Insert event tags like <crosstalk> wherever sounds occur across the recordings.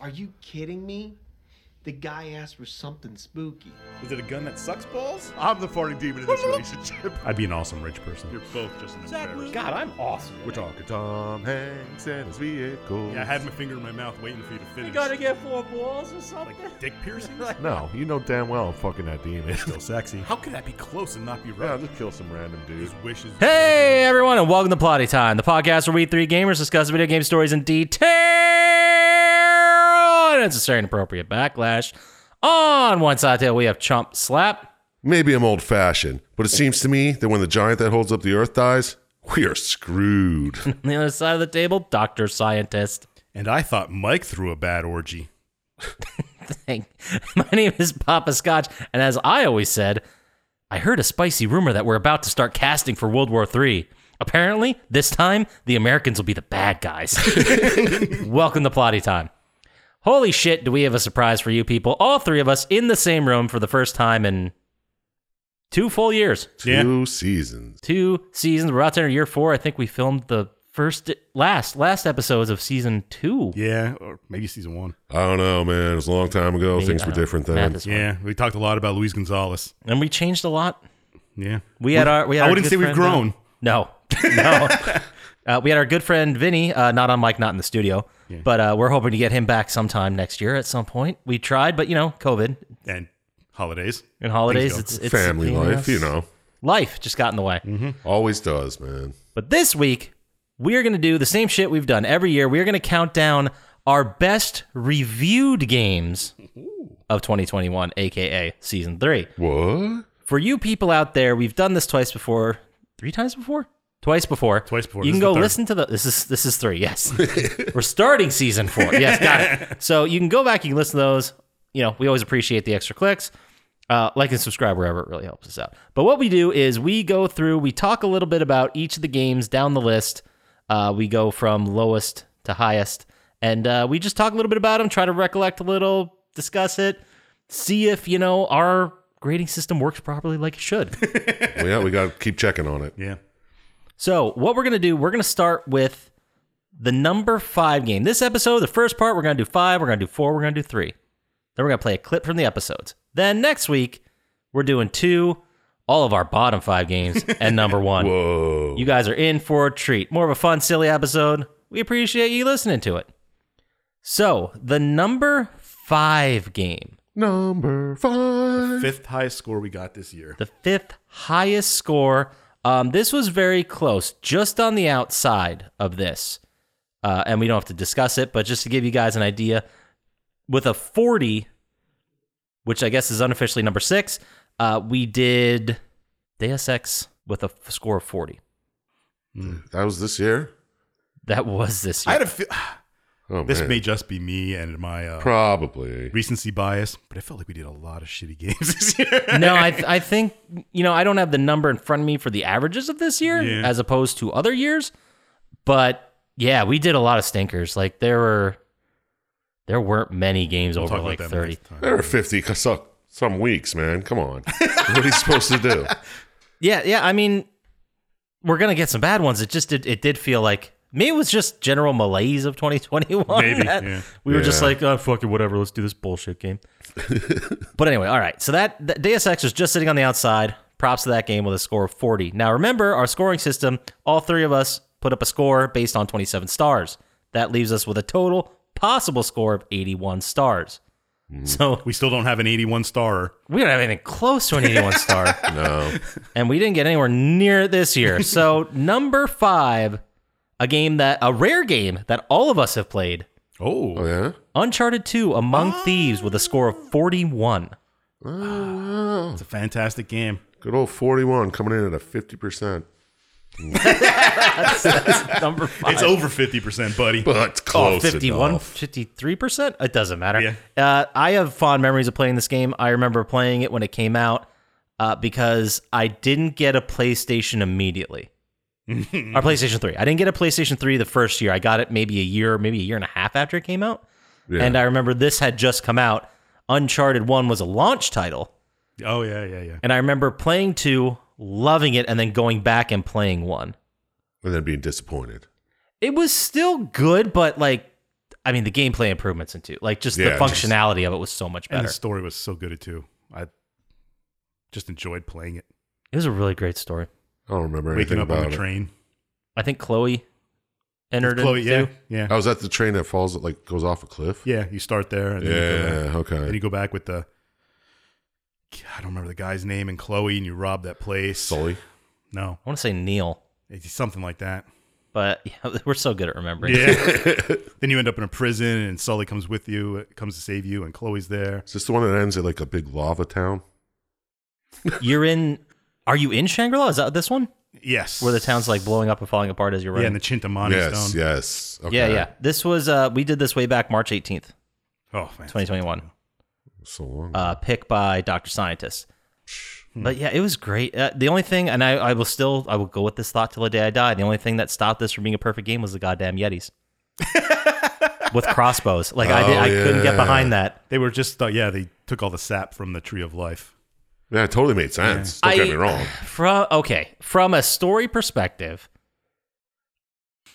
Are you kidding me? The guy asked for something spooky. Is it a gun that sucks balls? I'm the farting demon in this relationship. I'd be an awesome rich person. You're both just an embarrassment. God, I'm awesome. We're talking Tom Hanks and his vehicle. Yeah, I had my finger in my mouth waiting for you to finish. get four balls or something. <laughs> like dick piercings? No, you know damn well I'm fucking <laughs> that demon. Still sexy. How could that be close and not be <laughs> yeah, I'll right? just kill some random dude. His wishes. Hey everyone, and welcome to Plotty Time, the podcast where we three gamers discuss video game stories in detail and it's a certain appropriate backlash. On one side table, we have Chump Slap. <laughs> Maybe I'm old fashioned, but it seems to me that when the giant that holds up the earth dies, we are screwed. <laughs> On the other side of the table, Doctor Scientist. And I thought Mike threw a bad orgy. Thank- <laughs> My name is Papa Scotch, and as I always said, I heard a spicy rumor that we're about to start casting for World War III. Apparently, this time, the Americans will be the bad guys. <laughs> Welcome to Plotty Time. Holy shit, do we have a surprise for you people? All three of us in the same room for the first time in two full years. Yeah. Two seasons. Two seasons. We're about to enter year four. I think we filmed the first, last, last episodes of season two. Yeah, or maybe season one. I don't know, man. It was a long time ago. Maybe- Things I were don't know. different Math then. is hard. Yeah, we talked a lot about Luis Gonzalez. And we changed a lot. Yeah. We had our. We had I our wouldn't good say we've friend, uh, grown. No, <laughs> no. uh, we had our good friend Vinny, uh, not on mic, not in the studio, but uh, we're hoping to get him back sometime next year at some point. We tried, but you know, COVID And holidays. and holidays, go. it's, it's Family you know, life, you know, life just got in the way. Mm-hmm. always does, man. But this week, we are going to do the same shit we've done every year. We are going to count down our best reviewed games of 2021, aka season three. What? for you people out there, we've done this twice before, three times before, twice before, Twice before. You This can is the go third. listen to the. This is this is <laughs> three. Yes, we're starting season four. Yes, got it. So you can go back. You can listen to those. You know, we always appreciate the extra clicks. Uh, like and subscribe wherever it really helps us out. But what we do is we go through, we talk a little bit about each of the games down the list. Uh, we go from lowest to highest, and uh, we just talk a little bit about them, try to recollect a little, discuss it, see if you know our grading system works properly like it should. well, yeah, we got to keep checking on <laughs> it. Yeah. So, what we're going to do, we're going to start with the number five game. This episode, the first part, we're going to do five, we're going to do four, we're going to do three. Then we're going to play a clip from the episodes. Then next week, we're doing two, all of our bottom five games, and number one. Whoa. You guys are in for a treat. More of a fun, silly episode. We appreciate you listening to it. So, the number five game, Number five. Fifth highest score we got this year. the fifth highest score. Um, this was very close, just on the outside of this. Uh, and we don't have to discuss it, but just to give you guys an idea, with a 40, which I guess is unofficially number six, uh, we did Deus Ex with a f- score of 40. That was this year. That was this I year. had a feel. <sighs> Oh, This man. may just be me and my uh, probably. recency bias, but I felt like we did a lot of shitty games this year. no, I, I think, you know, I don't have the number in front of me for the averages of this year Yeah. as opposed to other years. But yeah, we did a lot of stinkers. Like there were, there weren't many games We'll over talk about like that 30. next time. There were 50 c- so- some weeks, man. Come on. what are you supposed <laughs> to do? Yeah. Yeah. I mean, we're going to get some bad ones. It just did, it did feel like, maybe it was just general malaise of 2021. <laughs> Maybe, that yeah. We were just Yeah. like, oh, fuck it, whatever. Let's do this bullshit game. But anyway, all right. So that, that Deus Ex was just sitting on the outside. Props to that game with a score of 40. Now remember, our scoring system, all three of us put up a score based on 27 stars. That leaves us with a total possible score of 81 stars. So We still don't have an 81 star. we don't have anything close to an 81 star, No. and we didn't get anywhere near it <laughs> this year. So number five, a game that a rare game that all of us have played, Oh, Oh, yeah? Uncharted 2: Among Ah. Thieves, with a score of 41. Oh, wow. it's a fantastic game. Good old 41 coming in at a 50%. <laughs> Number five. It's over 50%, buddy. <laughs> But Oh, close 51, enough. 53%? It doesn't matter. Yeah. Uh, I have fond memories of playing this game. I remember playing it when it came out uh, because I didn't get a PlayStation immediately. or Mm. PlayStation 3. I didn't get a PlayStation 3 the first year. I got it maybe a year, maybe a year and a half after it came out. Yeah. And I remember this had just come out. Uncharted 1 was a launch title. <laughs> Oh, yeah, yeah, yeah. And I remember playing 2, loving it, and then going back and playing 1. and then being disappointed. It was still good, but like I mean, the gameplay improvements in two, like just Yeah, the just- functionality of it was so much And better. the story was so good, too. I just enjoyed playing it. It was a really great story. I don't remember Waking anything up about on the it. train. I think Chloe entered Chloe, it yeah. too. Yeah. I was at the train that falls, like goes off a cliff. Yeah. You start there. And Yeah, then You go back. Then okay. you go back with the. I don't remember the guy's name and Chloe, and you rob that place. Sully. No, I want to say Neil, it's something like that. but <laughs> yeah, we're so good at remembering. Yeah. then you end up in a prison, and Sully comes with you, comes to save you, and Chloe's there. <laughs> Is this the one that ends at like a big lava town? <laughs> You're in. Are you in Shangri La? Is that this one Yes. where the town's like blowing up and falling apart as you're Yeah, running? and the Chintamani yes, stone. yes. Okay. yeah, yeah. This was uh, we did this way back March 18th, Oh, man. 2021. So long. uh, pick by Dr. Scientist. But yeah, it was great. Uh, the only thing, and I, I will still, I will go with this thought till the day I die. The only thing that stopped this from being a perfect game was the goddamn Yetis with crossbows. Like I, did, I couldn't Oh, get yeah. behind that. They were just, uh, yeah, they took all the sap from the Tree of Life. yeah, it totally made sense. Don't I- get me wrong. From okay, from a story perspective,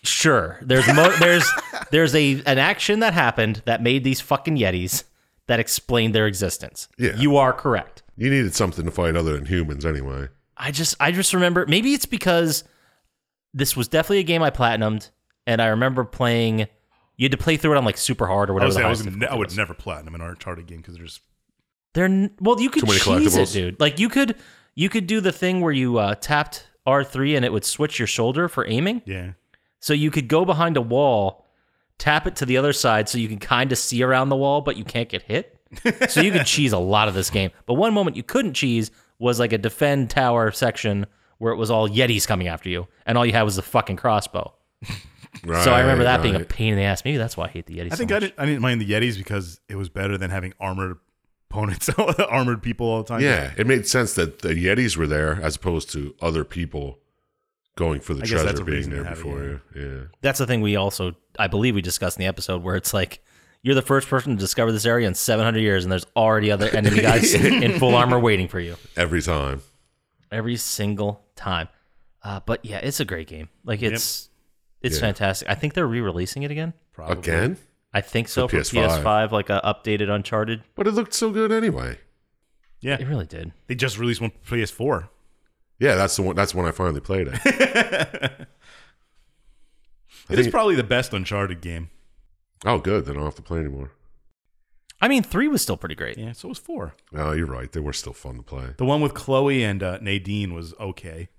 sure. There's <laughs> mo- there's there's a an action that happened that made these fucking Yetis that explained their existence. Yeah. you are correct. You needed something to fight other than humans anyway. I just I just remember maybe it's because this was definitely a game I platinumed and I remember playing you had to play through it on like super hard or I, whatever. was, the I, was, highest I difficulty would was. never platinum an Uncharted game because there's They're n- well you could Too many cheese it, collectibles. dude. Like you could you could do the thing where you uh, tapped R three and it would switch your shoulder for aiming. yeah. So you could go behind a wall, tap it to the other side so you can kind of see around the wall, but you can't get hit. <laughs> so you could cheese a lot of this game. But one moment you couldn't cheese was like a defend tower section where it was all Yetis coming after you, and all you had was the fucking crossbow. Right, so I remember that being a right. pain in the ass. Maybe that's why I hate the Yetis. I think so I, much. did, I didn't mind the Yetis because it was better than having armored opponents, <laughs> armored people all the time. Yeah, it made sense that the Yetis were there as opposed to other people going for the I guess that's treasure a being reason to there have it, before you. Yeah. that's the thing we also, I believe, we discussed in the episode where it's like. You're the first person to discover this area in 700 years, and there's already other <laughs> enemy guys in full armor waiting for you. Every time. every single time. Uh, but yeah, it's a great game. Like it's it's Yeah. fantastic. I think they're re-releasing it again. Probably. Again? I think so for, PS5. PS5. like a updated Uncharted. But it looked so good anyway. Yeah. It really did. They just released one for <laughs> PS4. Yeah, that's the one that's when I <laughs> finally played it. It is probably the best Uncharted game. Oh good, then I don't have to play anymore. I mean, three was still pretty great. Yeah, so was four. Oh, you're right. They were still fun to play. The one with Chloe and uh, Nadine was okay.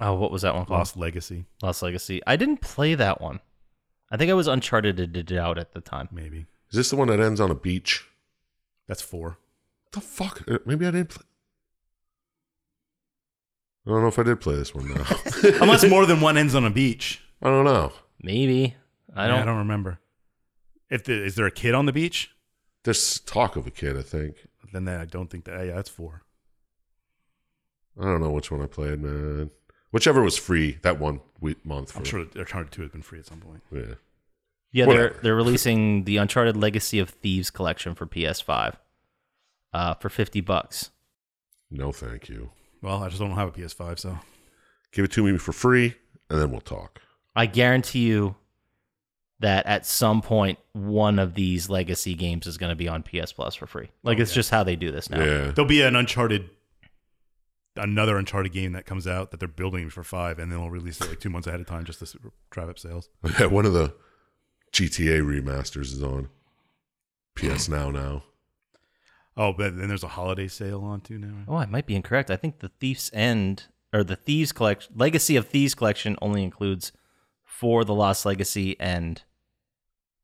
Oh, what was that one called? Lost Legacy, Lost Legacy. I didn't play that one. I think I was Uncharted it out at the time. maybe. Is this the one that ends on a beach? That's four. The fuck? Uh, Maybe I didn't play. I don't know if I did play this one now. <laughs> Unless more than one ends on a beach. <laughs> I don't know. Maybe I Yeah, don't. I don't remember. If the, is there a kid on the beach? There's talk of a kid, I think. Then that, I don't think that. Yeah, that's four. I don't know which one I played, man. Whichever was free that one week, month. For, I'm sure Uncharted Two has been free at some point. Yeah. Yeah, they're Whatever. they're releasing the Uncharted Legacy of Thieves collection for PS5 uh, for fifty bucks. No, thank you. Well, I just don't have a PS5, so Give it to me for free, and then we'll talk. I guarantee you that at some point one of these legacy games is going to be on PS Plus for free. Like it's just how they do this now. Yeah. there'll be an Uncharted, another Uncharted game that comes out that they're building for five, and then they'll release it like two months ahead of time just to s- drive up sales. <laughs> Yeah. One of the GTA remasters is on PS Now now. Oh, but then there's a holiday sale on too now. Oh, I might be incorrect. I think the Thieves End or the Thieves Collection Legacy of Thieves Collection only includes for the Lost Legacy and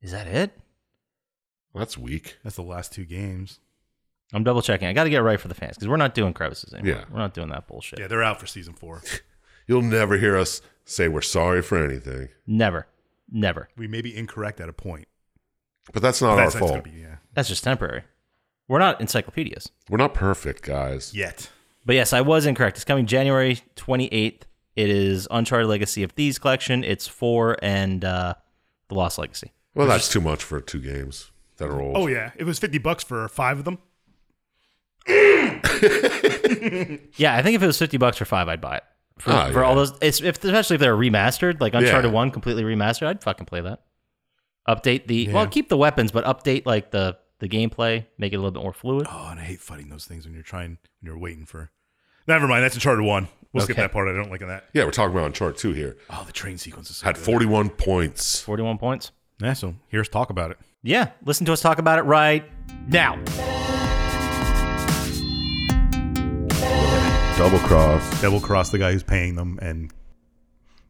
is that it? That's weak. That's the last two games. I'm double checking. I got to get it right for the fans because we're not doing crevices anymore. Yeah. We're not doing that bullshit. Yeah, they're out for season four. You'll never hear us say we're sorry for anything, Never, never. We may be incorrect at a point. but that's not That's- our that's fault. gonna be- yeah. That's just temporary. We're not encyclopedias. We're not perfect, guys. Yet. But yes, I was incorrect. It's coming January 28th. It is Uncharted Legacy of Thieves collection. It's 4 and uh, The Lost Legacy. Well, that's too much for two games that are old. Oh yeah, it was fifty bucks for five of them. Yeah, I think if it was 50 bucks for 5, I'd buy it. For, Oh, for yeah. all those, it's, if, especially if they're remastered, like Uncharted Yeah. 1 completely remastered, I'd fucking play that. Update the Yeah. well, keep the weapons, but update like the the gameplay, make it a little bit more fluid. Oh, and I hate fighting those things when you're trying when you're waiting for. Never mind, that's Uncharted one. We'll skip Okay. that part. I don't like that. Yeah, we're talking about on chart two here. Oh, the train sequence is so Had good. 41 points. Forty-one points. Yeah, so here's talk about it. Yeah, listen to us talk about it right now. Double cross. That will cross the guy who's paying them and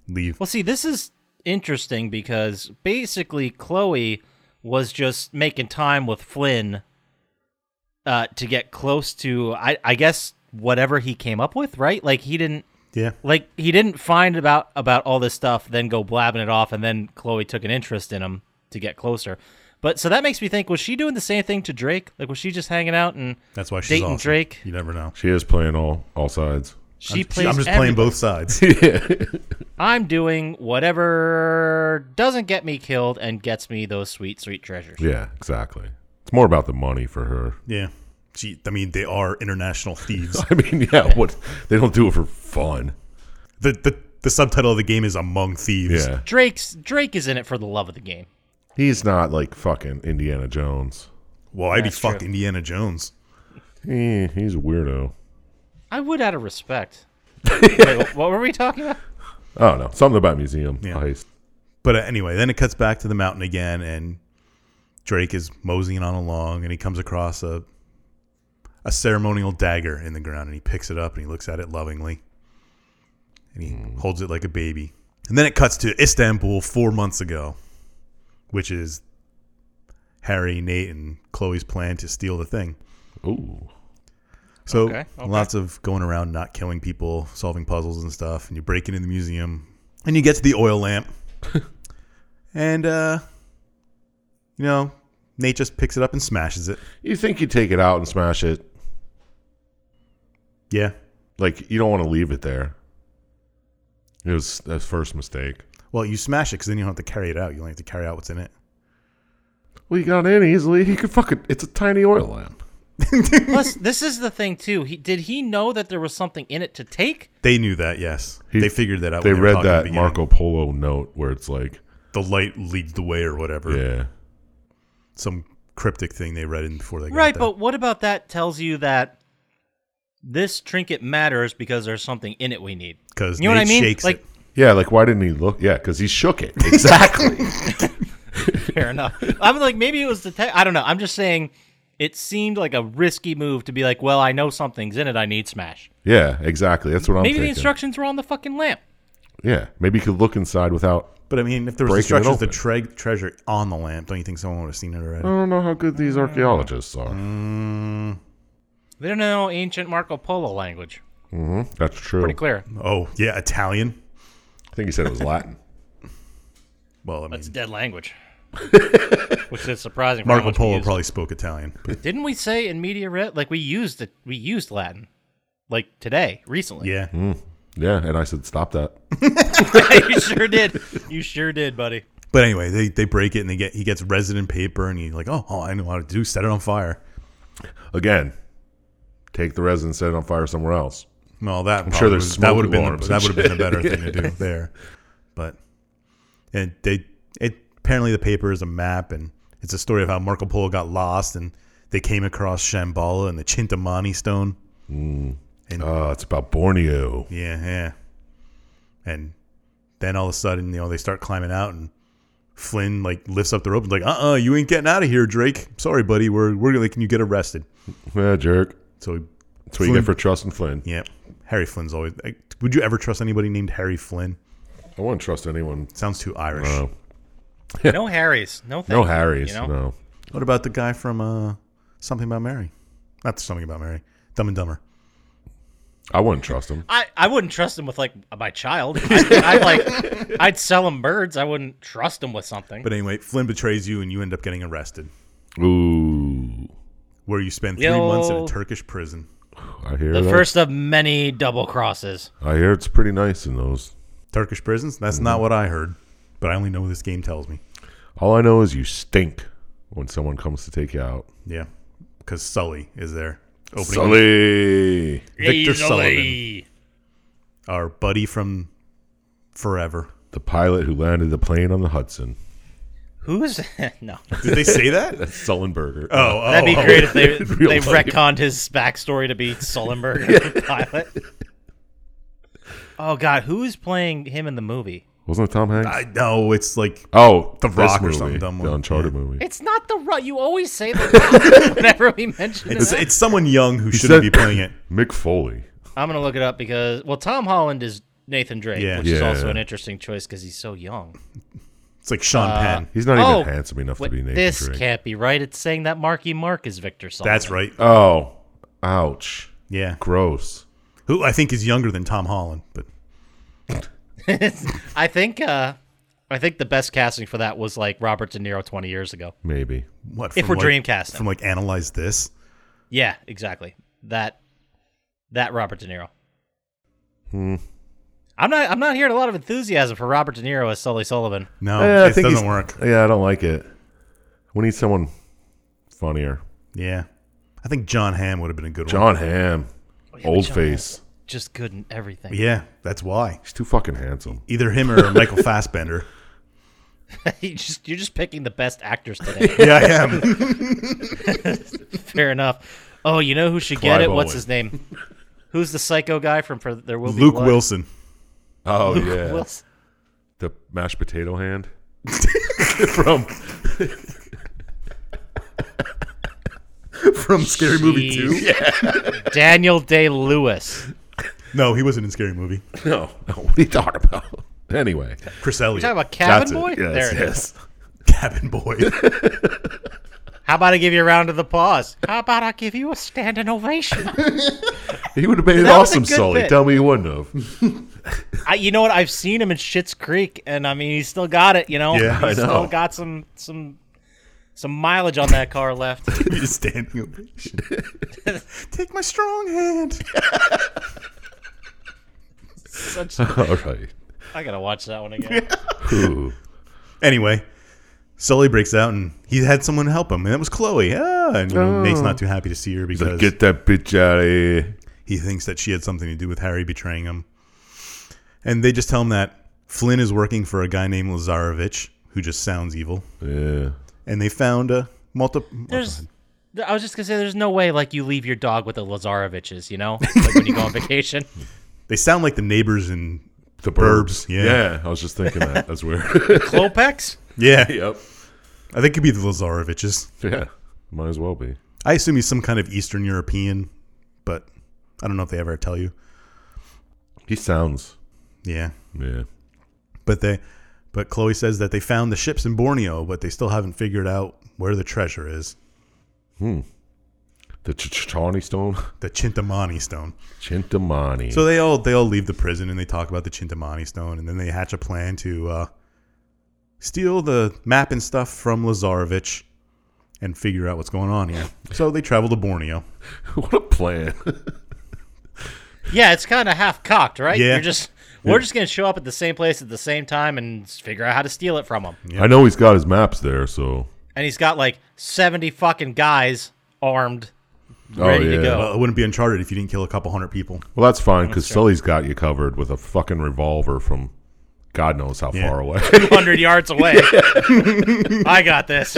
leave. Well, see, this is interesting because basically Chloe was just making time with Flynn uh, to get close to, I, I guess, whatever he came up with, right? Like he didn't, Yeah. like he didn't find about about all this stuff, then go blabbing it off, and then Chloe took an interest in him to get closer. But so that makes me think: was she doing the same thing to Drake? Like was she just hanging out and That's why she's dating awesome. Drake? You never know. She is playing all all sides. She I'm, plays. I'm just everybody. playing both sides. I'm doing whatever doesn't get me killed and gets me those sweet, sweet treasures. Yeah, exactly. It's more about the money for her. <laughs> <laughs> yeah. She, I mean, they are international thieves. I mean, yeah, what they don't do it for fun. the, the the subtitle of the game is Among Thieves. Yeah. Drake's Drake is in it for the love of the game. He's not like fucking Indiana Jones. Well, I'd be fucked Indiana Jones. Eh, he's a weirdo. I would out <laughs> of respect. Wait, what were we talking about? I don't know. Something about museum Yeah. heist. But uh, anyway, then it cuts back to the mountain again, and Drake is moseying on along, and he comes across a a ceremonial dagger in the ground, and he picks it up and he looks at it lovingly, and he holds it like a baby. And then it cuts to Istanbul four months ago, which is Harry, Nate, and Chloe's plan to steal the thing. Ooh. So Okay, okay. lots of going around, not killing people, solving puzzles and stuff, and you break into the museum, and you get to the oil <laughs> lamp, and uh, you know, Nate just picks it up and smashes it. You think you take it out and smash it? Yeah. Like you don't want to leave it there. It was that first mistake. Well, you smash it because then you don't have to carry it out. You only have to carry out what's in it. Well, he got in easily. He could fucking. It's a tiny oil lamp. Plus, this is the thing too. He did he know that there was something in it to take? They knew that. Yes, He- they figured that out. They when were read talking at the that beginning. Marco Polo note where it's like, The light leads the way, or whatever. yeah, Some cryptic thing they read in before they got Right, there. but what about that tells you that this trinket matters because there's something in it we need. 'Cause you know what I Nate mean? shakes <laughs> like it. yeah. Like why didn't he look? Yeah, because he shook it. Exactly. <laughs> Fair enough. I'm like, maybe it was the tech. I don't know. I'm just saying it seemed like a risky move to be like, well, I know something's in it. I need smash. yeah, exactly. That's what I'm. maybe the thinking. instructions were on the fucking lamp. Yeah, maybe you could look inside without. But I mean, if there was Breaking it instructions to open. tre- treasure on the lamp, don't you think someone would have seen it already? I don't know how good these archaeologists are. Mm-hmm. They don't know ancient Marco Polo language. That's true. Pretty clear. Oh yeah, Italian. I think he said it was Latin. Well, I mean, That's a dead <laughs> language. Which is surprising. for how Marco much we Polo use probably spoke Italian. it. Didn't we say in media red like we used it we used Latin. Like today, recently. yeah. Mm-hmm. yeah, and I said stop that. <laughs> you sure did. You sure did, buddy. But anyway, they, they break it and they get he gets resin paper and he's like, oh, oh, I know how to do. Set it on fire. Again, take the resin, set it on fire somewhere else. Well, that I'm sure there's that smoke would have been alarms that and would have been a better thing to <laughs> do there. But and they it apparently the paper is a map and it's a story of how Marco Polo got lost and they came across Shambhala and the Chintamani stone. Oh, it's about Borneo. Yeah, yeah. And then all of a sudden, you know, they start climbing out, and Flynn like lifts up the rope and like, "Uh, uh you ain't getting out of here, Drake. Sorry, buddy. We're we're like, can you get arrested?" Yeah, jerk. So, That's what you get for trusting Flynn. yeah, Harry Flynn's always. Like, would you ever trust anybody named Harry Flynn? I wouldn't trust anyone. Sounds too Irish. No, No Harry's. No thank no you, Harrys. you know? No. What about the guy from uh, Something About Mary? Not Something About Mary. Dumb and Dumber. I wouldn't trust him. I, I wouldn't trust him with like <laughs> my child. I, I'd like I'd sell him birds. I wouldn't trust him with something. But anyway, Flynn betrays you, and you end up getting arrested, Ooh. where you spend three Yo. months in a Turkish prison. I hear the that. first of many double crosses. I hear it's pretty nice in those. Turkish prisons? That's not what I heard, but I only know what this game tells me. All I know is you stink when someone comes to take you out. Yeah, because Sully is there. Opening Sully. Victor Easily. our buddy from Forever. The pilot who landed the plane on the Hudson. Who's <laughs> no? Did they say <laughs> that? That's Sullenberger. Oh, oh, That'd be oh. <laughs> great if they Real they funny. retconned his backstory to <laughs> be Sullenberger the <laughs> pilot. Oh God, who's playing him in the movie? Wasn't it Tom Hanks? I know it's like oh, The this Rock or movie, something dumb the one. Uncharted Yeah. movie. It's not the right. You always say <laughs> that whenever we mention it's, it. it's someone young who shouldn't said- be playing it. Mick Foley. I'm gonna look it up because well, Tom Holland is Nathan Drake, Yeah. which is Yeah. also an interesting choice because he's so young. It's like Sean Penn. Uh, He's not Oh, even handsome enough Wait, to be Nathan this Drake. can't be right. It's saying that Marky Mark is Victor Sullivan. That's right. Oh, ouch. Yeah, Gross. who I think is younger than Tom Holland, but <laughs> I think. uh I think the best casting for that was like Robert De Niro 20 years ago. Maybe. what? If from we're like, Dreamcasting. from like analyze this. Yeah, exactly. That that Robert De Niro. Hmm. I'm not I'm not hearing a lot of enthusiasm for Robert De Niro as Sully Sullivan. No, Eh, I Oh, it think doesn't he's- work. Yeah, I don't like it. We need someone funnier. Yeah, I think John Hamm would have been a good one. John Hamm. Oh, Old face. Just good in everything. Yeah, that's why. He's too fucking handsome. Either him or <laughs> Michael Fassbender. <laughs> you just you're just picking the best actors <laughs> today. Yeah, I <laughs> am. Fair enough. Oh, you know who should get Clive it? What's Owen. his name? Who's the psycho guy from For There Will Be Luke Blood? Wilson. Oh yeah. Wilson. The mashed potato hand. <laughs> From from Scary Movie Jeez. 2? Daniel Day Lewis. No, he wasn't in Scary Movie. No. no what are you talking about? Anyway. Chris Elliott. Talking about Cabin That's it. Boy. Yes, there it yes. is. Cabin Boy. How about I give you a round of applause? How about I give you a standing ovation? He would have made it That was a awesome, good Sully. bit. Tell me he wouldn't have. <laughs> I, you know what? I've seen him in Shit's Creek, and I mean, he's still got it. You know, Yeah, he's I know. still got some some some mileage on that car left. <laughs> You're standing ovation. Take my strong hand. All right. I gotta watch that <laughs> one again. Ooh. Anyway, Sully breaks out and he had someone help him, and that was Chloe. Ah, and you know, Nate's not too happy to see her He's like, because get that bitch out of here. he thinks that she had something to do with Harry betraying him. And they just tell him that Flynn is working for a guy named Lazarevich, who just sounds evil. Yeah. And they found a multiple. There's, I was just gonna say, there's no way like you leave your dog with the Lazareviches, you know, like when you go <laughs> on vacation. They sound like the neighbors in The Burbs, yeah. I was just thinking that. That's weird. <laughs> Klopex. yeah. yep. I think it'd be the Lazareviches. Yeah. Might as well be. I assume he's some kind of Eastern European, but I don't know if they ever tell you. He sounds. Yeah, Yeah. but they, but Chloe says that they found the ships in Borneo, but they still haven't figured out where the treasure is. The Ch- Ch- Chani Stone? <laughs> The Chintamani stone. Chintamani. So they all they all leave the prison and they talk about the Chintamani stone, and then they hatch a plan to uh, steal the map and stuff from Lazarevich and figure out what's going on here. So they travel to Borneo. <laughs> what a plan. Yeah, it's kind of half cocked, right? Yeah. You're just, we're just gonna show up at the same place at the same time and figure out how to steal it from him. I know he's got his maps there, so. And he's got like seventy fucking guys armed, Oh, ready yeah. to go. Well, Uh, it wouldn't be Uncharted if you didn't kill a couple hundred people. Well, that's fine because Sully's got you covered with a fucking revolver from God knows how Yeah. <laughs> far away. <laughs> 200 yards away. <laughs> I got this.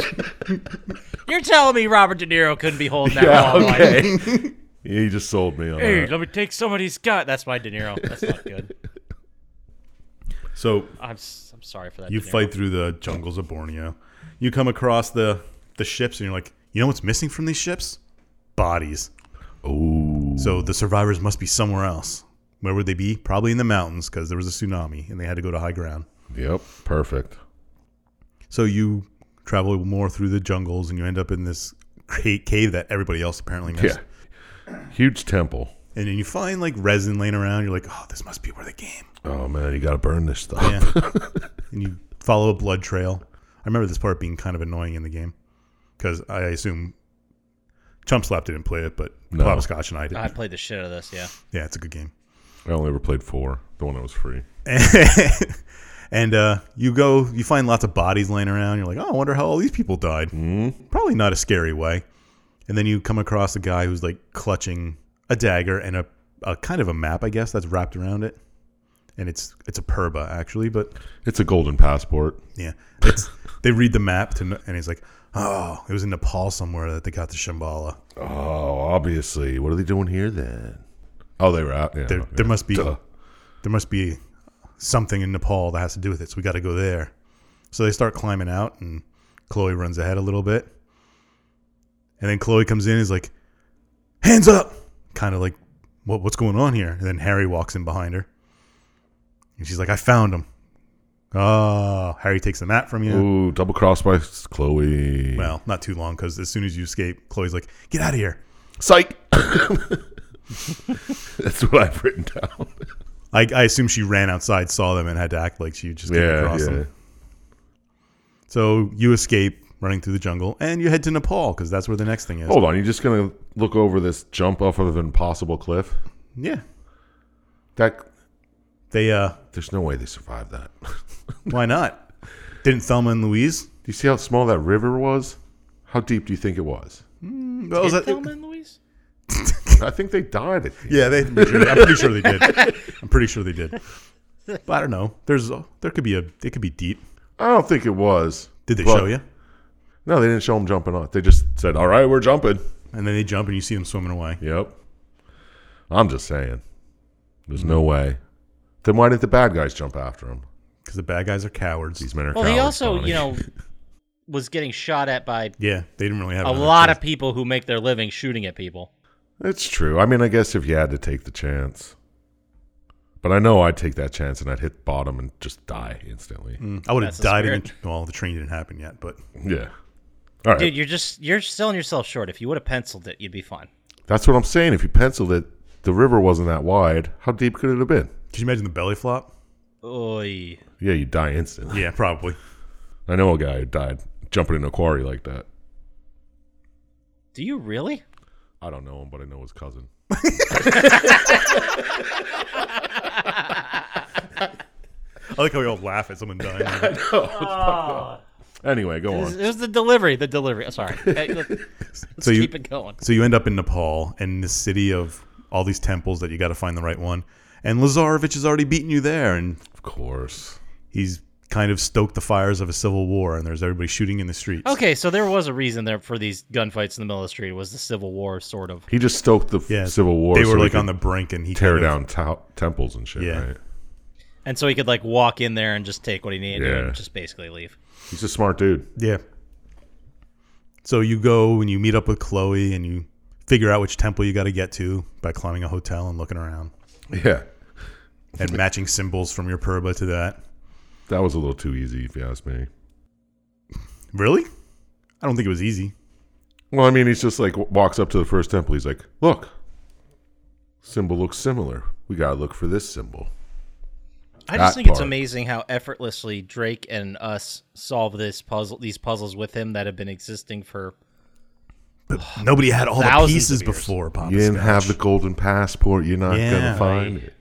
You're telling me Robert De Niro couldn't be holding that yeah, long line. okay. he just sold me on Hey, that. let me take somebody's gut. That's my De Niro. That's not good. So I'm, s- I'm sorry for that. You De Niro. fight through the jungles of Borneo. You come across the the ships, and you're like, you know what's missing from these ships? Bodies. Ooh. So the survivors must be somewhere else. Where would they be? Probably in the mountains because there was a tsunami and they had to go to high ground. Yep. Perfect. So you travel more through the jungles, and you end up in this great cave that everybody else apparently missed. Yeah. Huge temple. And then you find like resin laying around. You're like, oh, this must be where they came. Oh man, you gotta burn this stuff. Yeah. and you follow a blood trail. I remember this part being kind of annoying in the game because I assume Chump Slap didn't play it, but No. Hopscotch and I did. I played the shit out of this, yeah. yeah, it's a good game. <laughs> I only ever played four, the one that was free. <laughs> and uh, you go, you find lots of bodies laying around. You're like, oh, I wonder how all these people died. Probably not a scary way. And then you come across a guy who's like clutching a dagger and a, a kind of a map, I guess, that's wrapped around it. and it's it's a perba actually, but It's a golden passport. yeah, it's they read the map to, kn- and he's like, oh, it was in Nepal somewhere that they got the Shambhala. Oh, obviously. What are they doing here then? Oh, they were out. Yeah, There, yeah. there must be Duh. there must be something in Nepal that has to do with it. So we got to go there. So they start climbing out, and Chloe runs ahead a little bit, and then Chloe comes in, and is like, "Hands up!" Kind of like, "What? What's going on here?" And then Harry walks in behind her, and she's like, "I found him." Oh, Harry takes the mat from you. Ooh, double crossed by Chloe. Well, not too long because as soon as you escape, Chloe's like, "Get out of here!" Psych. <laughs> That's what I've written down. I, I assume she ran outside, saw them, and had to act like she just came Yeah, across yeah. them. So you escape running through the jungle and you head to Nepal because that's where the next thing is. Hold on, you're just gonna look over this jump off of an impossible cliff? Yeah. That They, uh, there's no way they survived that. <laughs> Do why not? Didn't Thelma and Louise? you see how small that river was? How deep do you think it was? What was that- Thelma and Louise? I think they died. At the Yeah, they. I'm pretty sure they did. I'm pretty sure they did. But I don't know. There's, there could be a, it could be deep. I don't think it was. Did they But- show you? No, they didn't show them jumping off. They just said, "All right, we're jumping." And then they jump and you see them swimming away. Yep. I'm just saying, there's no Mm-hmm. way. Then why didn't the bad guys jump after him? Because the bad guys are cowards. These men are. Well, he cowards, also, Donnie. you know, was getting shot at by Yeah, they didn't really have a another lot choice. of people who make their living shooting at people. It's true. I mean, I guess if you had to take the chance. But I know I'd take that chance and I'd hit bottom and just die instantly. I would have That's the died in the, spirit. well, the train didn't happen yet, but Yeah. All right. Dude, you're just you're selling yourself short. If you would have penciled it, you'd be fine. That's what I'm saying. If you penciled it, the river wasn't that wide. How deep could it have been? could you imagine the belly flop? Oy. Yeah, you die instantly. Yeah, probably. I know a guy who died jumping in a quarry like that. Do you really? I don't know him, but I know his cousin. I like how we all laugh at someone <laughs> dying. Anyway, go on. It was the delivery. The <laughs> delivery. Sorry. Hey, let- Let's So you- keep it going. so you end up in Nepal and the city of all these temples that you got to find the right one. And Lazarevich has already beaten you there, and Of course. he's kind of stoked the fires of a civil war, and there's everybody shooting in the streets. Okay, so there was a reason there for these gunfights in the middle of the street. It was the Civil War, sort of. He just stoked the Yeah, Civil War. They so were he like could on the brink, and he tear kind of- down to- temples and shit. Yeah. Right? And so he could like walk in there and just take what he needed Yeah. and just basically leave. He's a smart dude. Yeah. So you go and you meet up with Chloe, and you figure out which temple you got to get to by climbing a hotel and looking around Yeah. and matching symbols from your purba to that. That was a little too easy, if you ask me. Really? I don't think it was easy. Well, I mean, he's just like w- walks up to the first temple. He's like, "Look, symbol looks similar. We gotta look for this symbol." I just That think it's part. amazing how effortlessly Drake and us solve this puzzle these puzzles with him that have been existing for Nobody had all the Thousands pieces of years. before Papa You didn't Scotch. have the golden passport. You're not Yeah. gonna find it.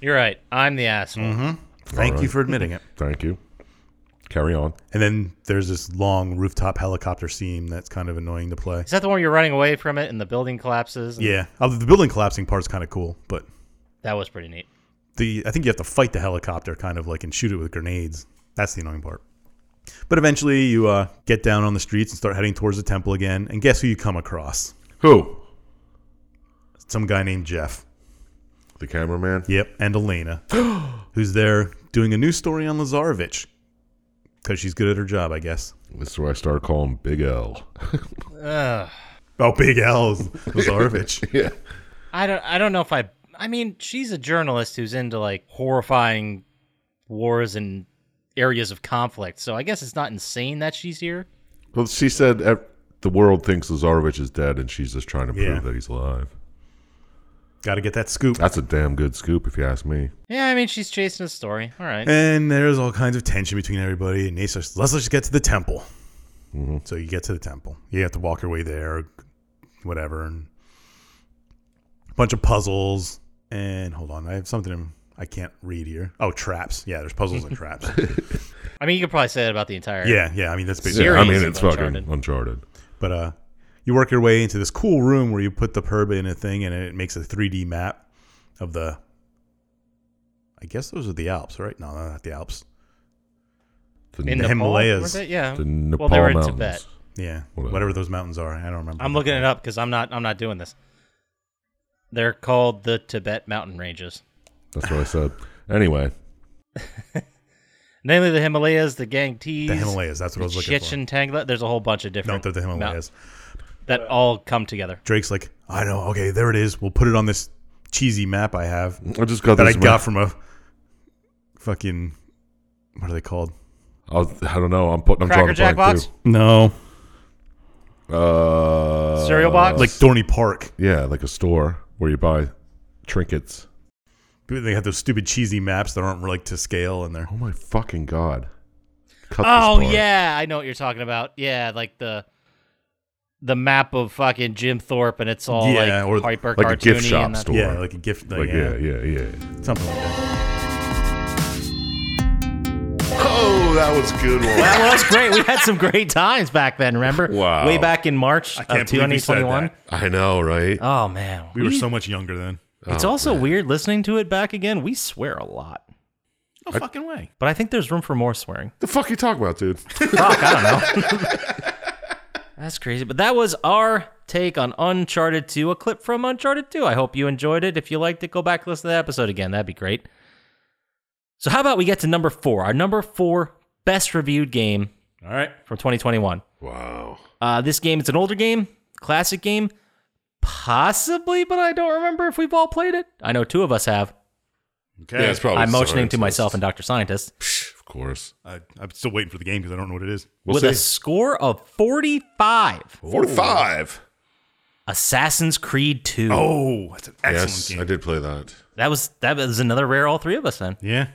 You're right. I'm the asshole. Mm-hmm. Thank you for admitting it. Thank you. Carry on. And then there's this long rooftop helicopter scene that's kind of annoying to play. Is that the one where you're running away from it and the building collapses? And Yeah, although the building collapsing part is kind of cool, but That was pretty neat. the I think you have to fight the helicopter kind of like and shoot it with grenades. That's the annoying part. But eventually you uh, get down on the streets and start heading towards the temple again. And guess who you come across? Who? Some guy named Jeff. The cameraman. Yep, and <gasps> Elena, who's there doing a news story on Lazarevich because she's good at her job, I guess. This is where I started calling him Big L. <laughs> Oh, Big L's Lazarevich. <laughs> yeah. I don't I don't know if I I mean, she's a journalist who's into like horrifying wars and areas of conflict. So I guess it's not insane that she's here. Well, she said ev- the world thinks Lazarevich is dead, and she's just trying to prove Yeah. that he's alive. Got to get that scoop. That's a damn good scoop, if you ask me. Yeah, I mean, she's chasing a story. All right. And there's all kinds of tension between everybody. And Nate says, let's just get to the temple. Mm-hmm. So you get to the temple. You have to walk your way there, whatever. And a bunch of puzzles. And hold on, I have something in- I can't read here. Oh, traps. Yeah, there's puzzles and traps. I mean, you could probably say that about the entire. yeah, yeah. I mean, that's basically. Series I mean, of it's fucking Uncharted. Uncharted. But uh, you work your way into this cool room where you put the perba in a thing and it makes a 3D map of the. I guess those are the Alps, right? No, they're not the Alps. The, in the Nepal, Himalayas. weren't they? Yeah. the Nepal well, they were in mountains. Tibet. Yeah, Whatever. whatever. those mountains are, I don't remember. I'm looking it up because I'm not. I'm not doing this. They're called the Tibet mountain ranges. That's what I said. Anyway, Namely, the Himalayas, the Ganges, The Himalayas. That's what I was looking Chichen Tangla. There's a whole bunch of for. No, different they're the Himalayas. mount- that all come together. Drake's like, I know. Okay, there it is. We'll put it on this cheesy map I have I just got that I Oh, this. got from a fucking what are they called? I'll, I don't know. I'm putting. I'm Cracker drawing Jack a blank bots, too. No, Uh, cereal box. like Dorney Park. Yeah, like a store where you buy trinkets. They have those stupid cheesy maps that aren't like to scale, and they're Oh my fucking god! Cut this oh part. yeah, I know what you're talking about. Yeah, like the the map of fucking Jim Thorpe, and it's all Yeah, like or hyper like a cartoony. gift shop and that- store. yeah, like a gift. Like, Like yeah, yeah, yeah, yeah. something like that. Oh, that was a good one. That was great. We had some great times back then. Remember? Wow. Way back in March of can't believe you said 2021. that. <laughs> I know, right? Oh man, We were so Oh, much younger then. It's also weird listening to it back again. We swear a lot, No fucking way. but I think there's room for more swearing. the fuck you talking about, <laughs> dude? Fuck, I don't know. <laughs> That's crazy. But that was our take on Uncharted 2, a clip from Uncharted 2. I hope you enjoyed it. If you liked it, go back and listen to that episode again. That'd be great. So, how about we get to number four? Our number four best reviewed game All right. from 2021. wow. Uh, this game, it's an older game, classic game, possibly, but I don't remember if we've all played it. I know two of us have. Okay. Yeah, Oh, it's probably. I'm motioning to scientist. myself and Dr. Scientist. Of course. I, I'm still waiting for the game because I don't know what it is. We'll with see. a score of 45. Forty-five. Assassin's Creed 2. Oh, that's an excellent yes, game. I did play that. That was that was another rare all three of us then. Yeah,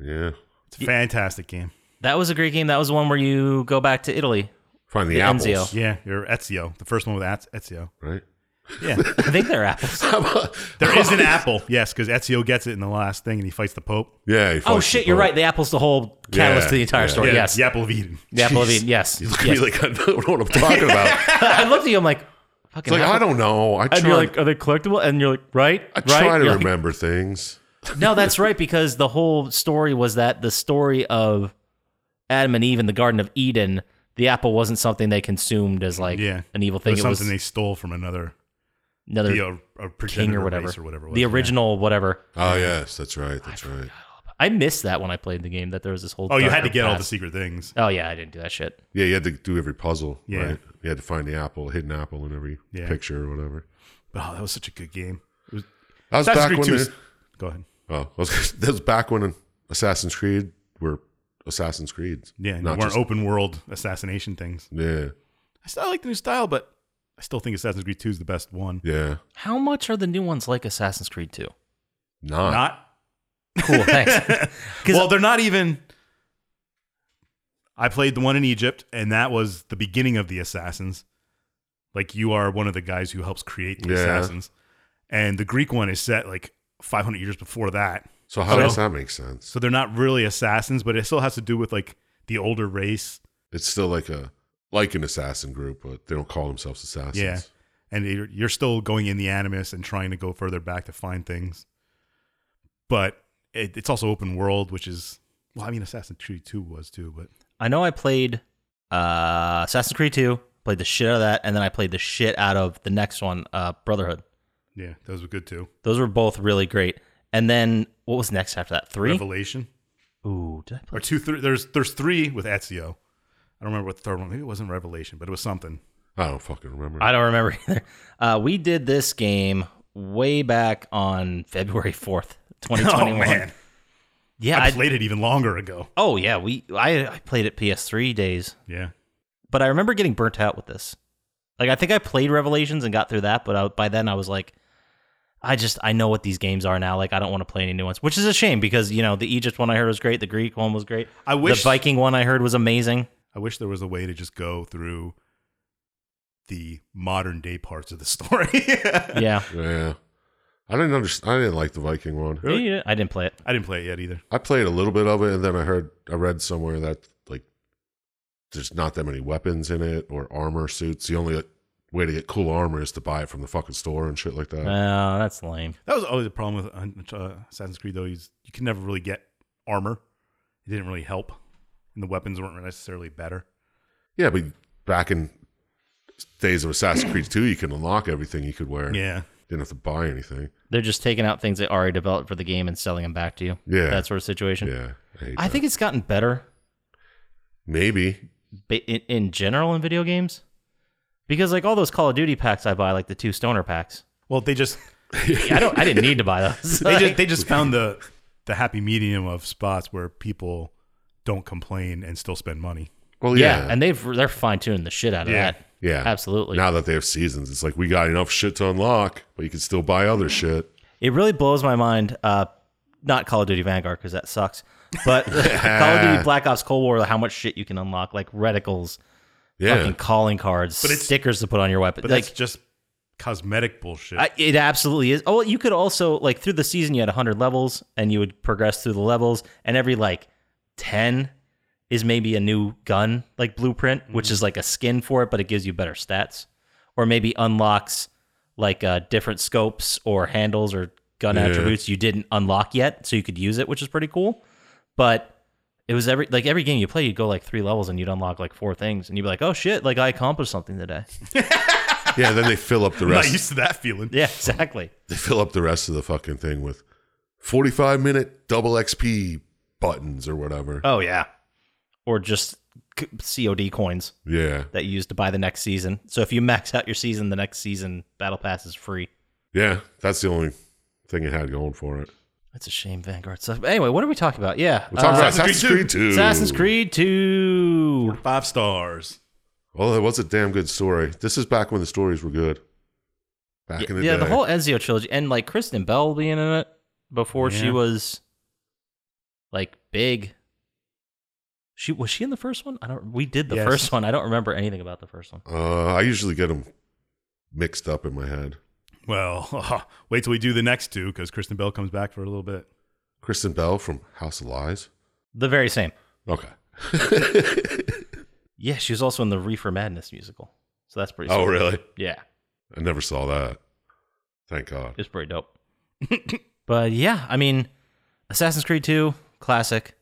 Yeah. it's a fantastic game. That was a great game. That was the one where you go back to Italy. Find the, The apples, Enzio. Yeah, you're Ezio, the first one with Ez- Ezio. <laughs> right? Yeah, <laughs> I think <laughs> they're apples. there is an apple. Yes, because Ezio gets it in the last thing and he fights the Pope. Yeah. he oh fucks shit, the you're boat. right. The apple's the whole catalyst Yeah, to the entire yeah. story. Yeah, Oh, yes. the apple of Eden. The apple of Jeez. Eden. Yes. You <laughs> look yes. <laughs> at me like I don't know what I'm talking about. I looked at you, I'm like, It's fucking like I apple. don't know. I and try. you're like, are they collectible? And you're like, right? I right? <laughs> try to You're like, remember things. <laughs> no, that's right, because the whole story was that the story of Adam and Eve in the Garden of Eden, the apple wasn't something they consumed as like Yeah, an evil It thing. was It was something they stole from another another the, uh, a king progenitor or whatever, race or whatever. it was. the Yeah. original whatever. Oh yes, that's right. That's right. I missed that when I played the game. That there was this whole. Oh, you had darker to get all the past. secret things. Oh yeah, I didn't do that shit. Yeah, you had to do every puzzle. Yeah. Right? You had to find the apple, hidden apple in every Yeah. picture or whatever. Oh, that was such a good game. It was, That was Assassin's back Creed when. 2 the- is- Go ahead. oh, that was, <laughs> that was back when Assassin's Creed were Assassin's Creeds. Yeah, and there not weren't just. open world assassination things. Yeah, I still like the new style, but I still think Assassin's Creed 2 is the best one. yeah. How much are the new ones like Assassin's Creed <laughs> 2? Not. Not Cool, thanks. <laughs> 'Cause- well, they're not even. I played the one in Egypt, and that was the beginning of the assassins. Like you are one of the guys who helps create the Yeah. assassins, and the Greek one is set like 500 years before that. so how So- does that make sense? So they're not really assassins, but it still has to do with like the older race. It's still like a like an assassin group, but they don't call themselves assassins. Yeah, and you're- you're still going in the animus and trying to go further back to find things. But it, it's also open world, which is well, I mean, Assassin's Creed Two was too, but I know I played uh, Assassin's Creed 2, played the shit out of that, and then I played the shit out of the next one, uh, Brotherhood. yeah, those were good too. Those were both really great. And then what was next after that? Three. Revelation. Ooh, did I play? or two three there's there's three with Ezio. I don't remember what the third one. Maybe it wasn't Revelation, but it was something. <laughs> I don't fucking remember. I don't remember <laughs> either. Uh, we did this game way back on February <laughs> 4th, 2021. Yeah, Oh, I, I, played it even longer ago. oh yeah, we I, I played it PS3 days, Yeah. but I remember getting burnt out with this. Like I think I played Revelations and got through that, but I, by then I was like, I just I know what these games are now. Like I don't want to play any new ones, which is a shame because you know the Egypt one I heard was great, the Greek one was great, I wish the Viking one I heard <laughs> was amazing. I wish there was a way to just go through the modern day parts of the <laughs> story. Yeah, yeah, I didn't understand. I didn't like the Viking one. Yeah, I didn't play it. I didn't play it yet either. I played a little bit of it, and then I heard I read somewhere that like there's not that many weapons in it or armor suits. The only way to get cool armor is to buy it from the fucking store and shit like that. Oh, that's lame. That was always a problem with uh, Assassin's Creed, though. Is you could never really get armor. It didn't really help, and the weapons weren't necessarily better. Yeah, but back in days of Assassin's Creed 2, you could unlock everything you could wear. Yeah, Didn't have to buy anything. They're just taking out things they already developed for the game and selling them back to you. Yeah. That sort of situation. Yeah. I, hate I that. think it's gotten better maybe. ba- in, in general in video games because like all those Call of Duty packs I buy, like the two stoner packs. Well, they <laughs> just I don't. I didn't need to buy <laughs> those. <laughs> they just they just found the the happy medium of spots where people don't complain and still spend money. Well, yeah, yeah. and they've they're fine tuning the shit out of Yeah. that. yeah. Absolutely. Now that they have seasons, it's like we got enough shit to unlock, but you can still buy other shit. It really blows my mind. Uh, not Call of Duty Vanguard because that sucks, but <laughs> Call of Duty Black Ops Cold War. How much shit you can unlock? Like reticles, Yeah. fucking calling cards, But it's- stickers to put on your weapon. But like that's just cosmetic bullshit. I, it absolutely is. Oh, you could also like through the season you had 100 levels and you would progress through the levels and every like 10 is maybe a new gun like blueprint, Mm. which is like a skin for it but it gives you better stats or maybe unlocks like uh different scopes or handles or gun Yeah. attributes you didn't unlock yet so you could use it, which is pretty cool. But it was every like every game you play, you'd go like three levels and you'd unlock like four things, and you'd be like, "Oh shit! Like I accomplished something today." <laughs> yeah, then they <laughs> fill up the I'm not rest. used to that feeling. Yeah, exactly. they fill up the rest of the fucking thing with 45 minute double XP buttons or whatever. Oh yeah, or just c- COD coins yeah. that you use to buy the next season. So if you max out your season, the next season battle pass is free. Yeah. That's the only thing it had going for it. That's a shame, Vanguard stuff. But anyway, what are we talking about? Yeah, We're talking uh, about Assassin's Assassin's Creed Creed 2. Assassin's Creed Two. Five stars. Well, it was a damn good story. This is back when the stories were good. Back in the yeah, day. the whole Ezio trilogy, and like Kristen Bell being in it before she Yeah. was like big. She was she in the first one? I don't. We did the Yes. first one. I don't remember anything about the first one. uh, I usually get them mixed up in my head. Well, <laughs> wait till we do the next two because Kristen Bell comes back for a little bit. Kristen Bell from House of Lies. The very same. Okay. Yeah, she was also in the Reefer Madness musical. So that's <laughs> pretty. oh, sweet. really? Yeah, I never saw that. Thank God. it's pretty <laughs> dope. <laughs> but yeah, I mean, Assassin's Creed 2, classic.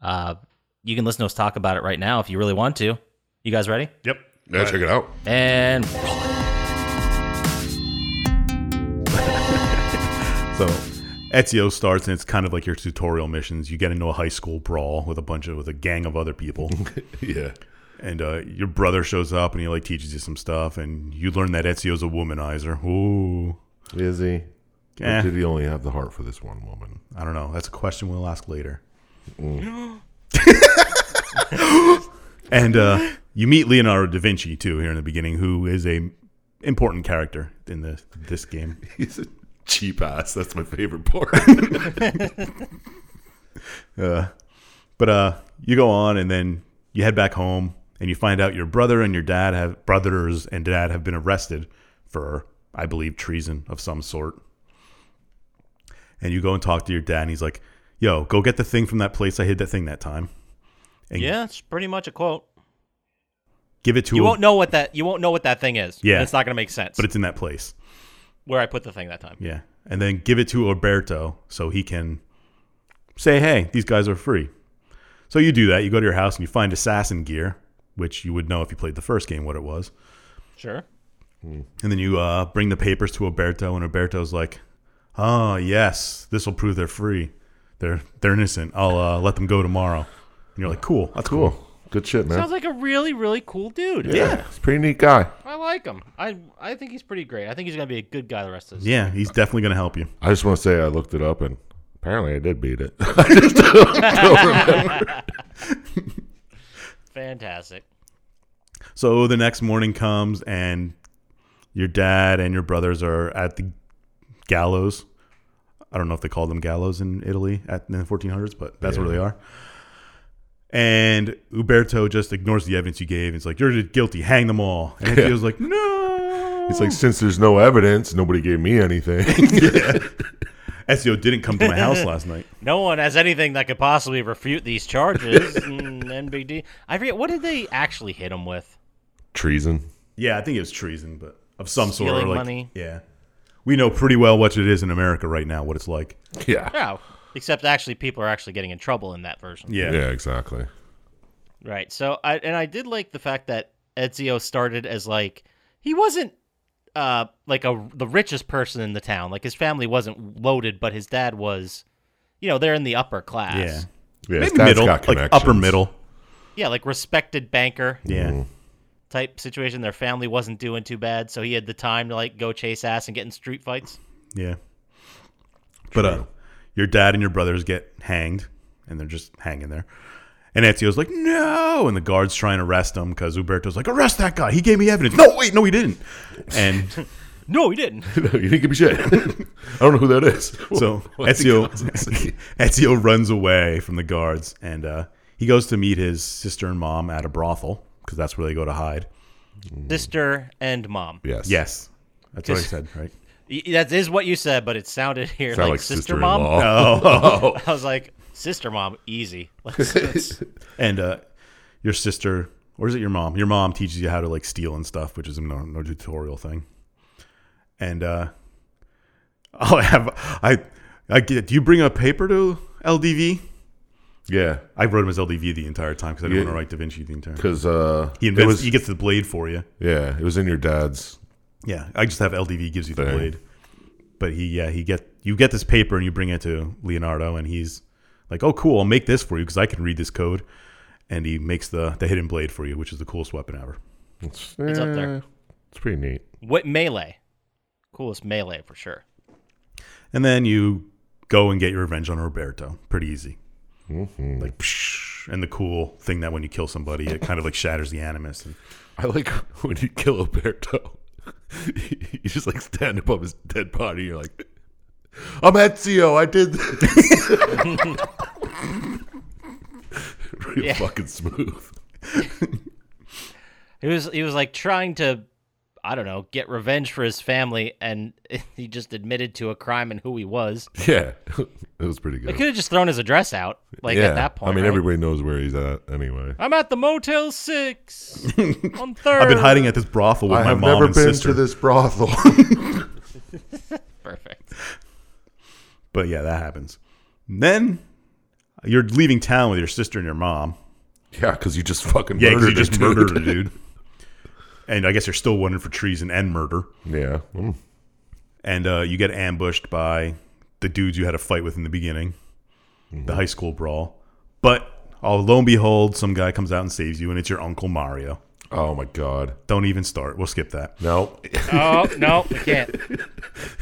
Uh, you can listen to us talk about it right now if you really want to. You guys ready? Yep. Yeah, check it out. <laughs> And So Ezio starts, and it's kind of like your tutorial missions. You get into a high school brawl with a bunch of with a gang of other people, Yeah. and uh, your brother shows up, and he like teaches you some stuff, and you learn that Ezio's a womanizer. Ooh, Is he? Eh, Did he only have the heart for this one woman? <laughs> I don't know. That's a question we'll ask later. Mm. <laughs> and uh, you meet Leonardo da Vinci too here in the beginning, who is a important character in the this game. He's a cheap ass. That's my favorite <laughs> part. Uh, but uh, you go on, and then you head back home, and you find out your brother and your dad have brothers and dad have been arrested for, I believe, treason of some sort. And you go and talk to your dad, and he's like, "Yo, go get the thing from that place I hid that thing that time. And Yeah, it's pretty much a quote. give it to You him, won't know what that you won't know what that thing is. Yeah. And it's not gonna make sense. but it's in that place. where I put the thing that time. Yeah, and then give it to Alberto so he can say, "Hey, these guys are free." So you do that. You go to your house and you find assassin gear, which you would know if you played the first game what it was. Sure. And then you uh, bring the papers to Alberto, and Alberto's like, "Oh yes, this will prove they're free. They're they're innocent. I'll uh, let them go tomorrow." And you're like, "Cool, that's cool." Good shit, man. Sounds like a really, really cool dude. yeah. He's a pretty neat guy. I like him. I I think he's pretty great. I think he's gonna be a good guy the rest of his Yeah, he's definitely gonna help you. I just want to say I looked it up and apparently I did beat it. <laughs> Fantastic. So the next morning comes, and your dad and your brothers are at the gallows. I don't know if they called them gallows in Italy at in the 1400s, but that's where they are. And Uberto just ignores the evidence you gave. And it's like, you're guilty. Hang them all. And <laughs> he was like, no. It's like since there's no evidence, nobody gave me anything. Ezio E didn't come to my <laughs> house last night. No one has anything that could possibly refute these <laughs> charges. Mm, NBD. I forget what did they actually hit him with? <laughs> Treason. Yeah, I think it was treason, but of some sort. Or Stealing like, money. Yeah. We know pretty well what it is in America right now, what it's like. Yeah. Yeah. Except actually, people are actually getting in trouble in that version. Yeah. Yeah, exactly. Right. So I and I did like the fact that Ezio started as like he wasn't uh like a the richest person in the town. Like his family wasn't loaded, but his dad was. You know, they're in the upper class. Yeah. Yeah, his Maybe dad's middle, got like upper connections. Mm-hmm. middle. Yeah, like respected banker Yeah. type situation. Their family wasn't doing too bad, so he had the time to like go chase ass and get in street fights. Yeah. But uh, your dad and your brothers get hanged, and they're just hanging there. And Ezio's like, no. And the guard's trying to arrest him because Uberto's like, arrest that guy. He gave me evidence. No, wait, no, he didn't. And No, he didn't. <laughs> you didn't give <laughs> me shit. I don't know who that is. <laughs> so What's he Ezio, <laughs> calling himself? Ezio runs away from the guards, and uh, he goes to meet his sister and mom at a brothel because that's where they go to hide. Sister and mom. yes. Yes. That's what I Yes. said, right? Y- That is what you said, but it sounded <laughs> here Sound like, like sister sister-in-law. mom. <laughs> Oh. <laughs> I was like, sister mom, easy. <laughs> Let's, let's- and uh, your sister or is it your mom your mom teaches you how to like steal and stuff which is a no, no tutorial thing and uh <laughs> i'll have i i get do you bring a paper to ldv Yeah. i wrote him as ldv the entire time because i didn't Yeah. want to write da vinci the entire time Because uh, he, it invents, was he gets the blade for you yeah, it was in your dad's. yeah i just have ldv gives you the Thing. blade but he yeah he get you get this paper and you bring it to leonardo and he's like oh cool i'll make this for you because i can read this code and he makes the the hidden blade for you which is the coolest weapon ever It's, It's up there. eh, It's pretty neat. what melee? Coolest melee for sure. And then you go and get your revenge on Roberto. Pretty easy. Mm-hmm. Like, psh, and the cool thing that when you kill somebody, it kind of like shatters the animus. And I like <laughs> when you kill Alberto. <laughs> you just like stand above his dead body. You're like, I'm Ezio. I did this. <laughs> Real Yeah. fucking smooth. He was he was like trying to, I don't know, get revenge for his family, and <laughs> he just admitted to a crime and who he was. Yeah, <laughs> it was pretty good. They could have just thrown his address out, like yeah. at that point. I mean, right? everybody knows where he's at anyway. I'm at the Motel Six on Third. I've been hiding at this brothel with I my have mom never and been sister. to <laughs> this brothel. Perfect. But yeah, that happens. And then you're leaving town with your sister and your mom. yeah, because you just fucking Yeah, 'cause murdered you <laughs> just a dude. murdered a dude. And I guess you're still wanted for treason and murder. Yeah, mm. And uh, you get ambushed by the dudes you had a fight with in the beginning, the high school brawl. But oh, lo and behold, some guy comes out and saves you, and it's your uncle Mario. Oh my god. Don't even start. We'll skip that. No, <laughs> Oh no, we can't.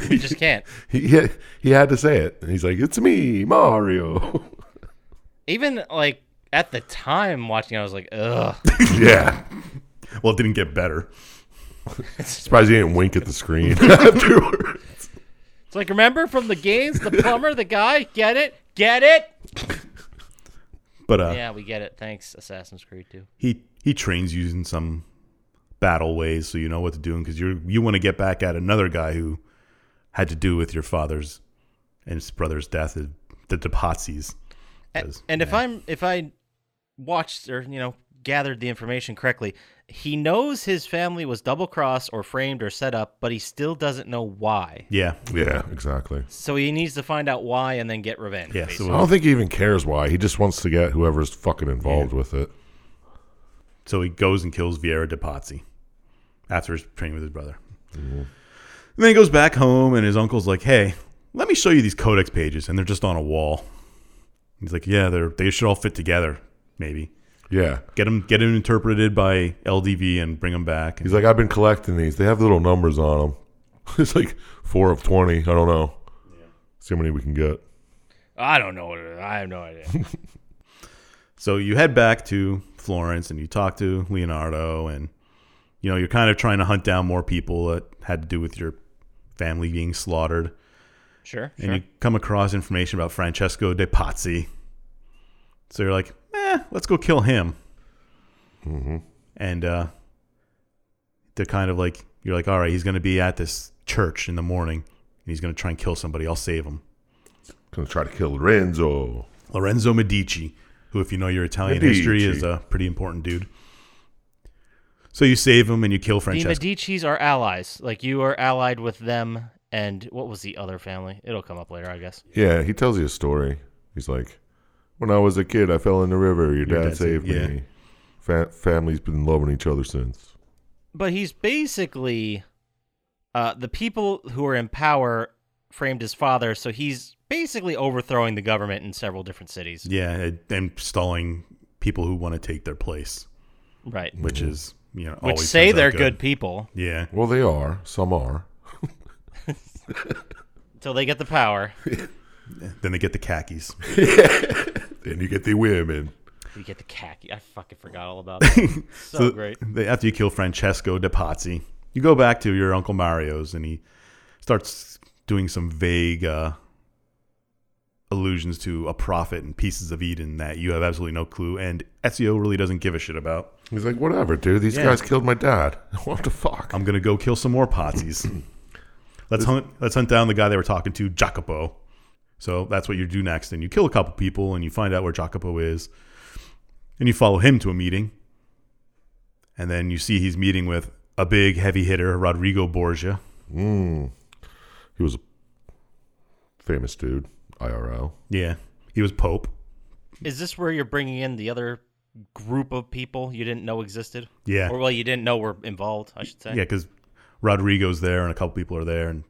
We just can't. he he- he had to say it, and he's like, "It's me, Mario." <laughs> Even like at the time watching, I was like, <laughs> ugh. yeah, Well, it didn't get better. surprised he didn't wink at the screen <laughs> afterward. It's like remember from the <laughs> games, the plumber, the guy, get it, get it. But uh, Yeah, we get it. Thanks, Assassin's Creed 2. he he trains you in some battle ways, so you know what to do. Because you you want to get back at another guy who had to do with your father's and his brother's death, the Depazis. And, and if I'm if I watched or you know gathered the information correctly, he knows his family was double crossed or framed or set up, but he still doesn't know why. Yeah, Yeah, exactly. So he needs to find out why and then get revenge. yeah. I So don't think he even cares why. He just wants to get whoever's fucking involved with it. So he goes and kills Vieira de Pazzi after his training with his brother. And then he goes back home, and his uncle's like, "Hey, let me show you these codex pages," and they're just on a wall. He's like, "Yeah, they're they should all fit together, maybe. Yeah. Get them get them interpreted by LDV and bring them back." He's like, I've been collecting these. They have little numbers on them. <laughs> It's like four of 20. I don't know. See how many we can get. I don't know. what it is. I have no <laughs> idea. So you head back to Florence and you talk to Leonardo, and you know you're kind of trying to hunt down more people that had to do with your family being slaughtered. Sure. and you come across information about Francesco de Pazzi. So you're like, eh, let's go kill him. Mm-hmm. And uh, they're kind of like, you're like, all right, he's going to be at this church in the morning and he's going to try and kill somebody. I'll save him. Gonna try to kill Lorenzo. Lorenzo Medici, who, if you know your Italian Medici. history, is a pretty important dude. So you save him and you kill The Francesco. Medici's are allies. Like you are allied with them, and what was the other family? It'll come up later, I guess. Yeah, he tells you a story. He's like, "When I was a kid, I fell in the river. Your, dad, dad saved- saved me. Fa- family's been loving each other since." But he's basically uh, the people who are in power framed his father, so he's basically overthrowing the government in several different cities. yeah, and- and stalling people who want to take their place, Right. which is you know Mm-hmm. Which Mm. always say turns out they're good. people Yeah, Well, they are. Some are. until they get <laughs> the power. then they get the khakis. Then you get the women. You get the khaki. I fucking forgot all <laughs> about that. so, So Oh, great. They, after you kill Francesco De Pazzi, you go back to your Uncle Mario's and he starts doing some vague uh, allusions to a prophet and pieces of Eden that you have absolutely no clue and Ezio really doesn't give a shit about. He's like, "Whatever, dude. These Yeah. guys killed my dad. <laughs> What the fuck?" I'm gonna go kill some more Pazzi's. let's hunt let's hunt down the guy they were talking to, Jacopo. So that's what you do next, and you kill a couple people and you find out where Jacopo is. And you follow him to a meeting. And then you see he's meeting with a big heavy hitter, Rodrigo Borgia. Hmm. He was a famous dude, IRL. Yeah. He was Pope. Is this where you're bringing in the other group of people you didn't know existed? Yeah. Or, well, you didn't know were involved, I should say. Yeah, because Rodrigo's there and a couple people are there and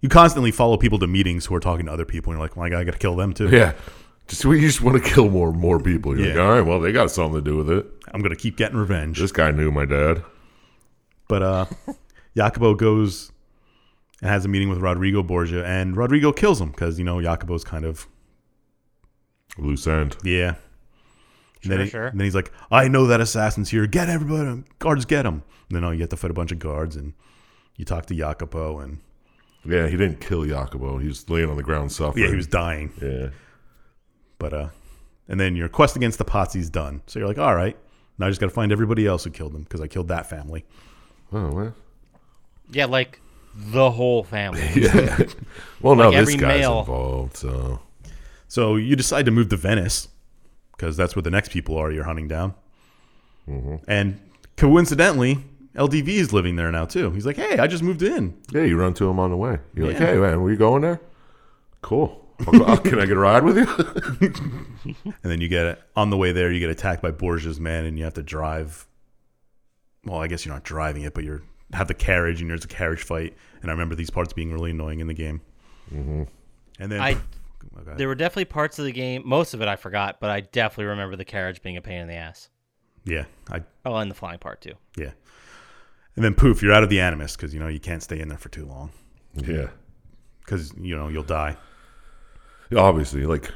you constantly follow people to meetings who are talking to other people and you're like, Well, I gotta I gotta kill them too. Yeah. Just you just want to kill more more people. You're like, Yeah. all right, well, they got something to do with it. I'm gonna keep getting revenge. This guy knew my dad. But <laughs> uh Jacopo goes and has a meeting with Rodrigo Borgia, and Rodrigo kills him because you know Jacopo's kind of Loose end. yeah. And then, Sure, he- sure. then he's like, "I know that assassin's here. Get everybody, guards, get him." And then oh, you have to fight a bunch of guards, and you talk to Jacopo, and Yeah, he didn't kill Jacobo. He was laying on the ground suffering. yeah, he was dying. <laughs> Yeah. But uh, and then your quest against the Pazzi's done. So you're like, "All right, now I just got to find everybody else who killed them because I killed that family." Oh well. Yeah, like the whole <laughs> family. Yeah. well, now Like this every guy's male. involved. So So you decide to move to Venice because that's where the next people are you're hunting down. And coincidentally, LDV is living there now too. He's like, "Hey, I just moved in." yeah, you run to him on the way. You're like, Yeah. hey man, were you going there? Cool. Oh, Can I get a ride with you? <laughs> And then you get on the way there, you get attacked by Borgia's men, and you have to drive. Well, I guess you're not driving it, but you're have the carriage, and there's a carriage fight. And I remember these parts being really annoying in the game. Mm-hmm. And then I- Oh, God. There were definitely parts of the game, most of it I forgot, but I definitely remember the carriage being a pain in the ass. yeah, I Oh, and the flying part too. yeah. And then poof, you're out of the animus because you know you can't stay in there for too long yeah. because you know you'll die. Obviously, like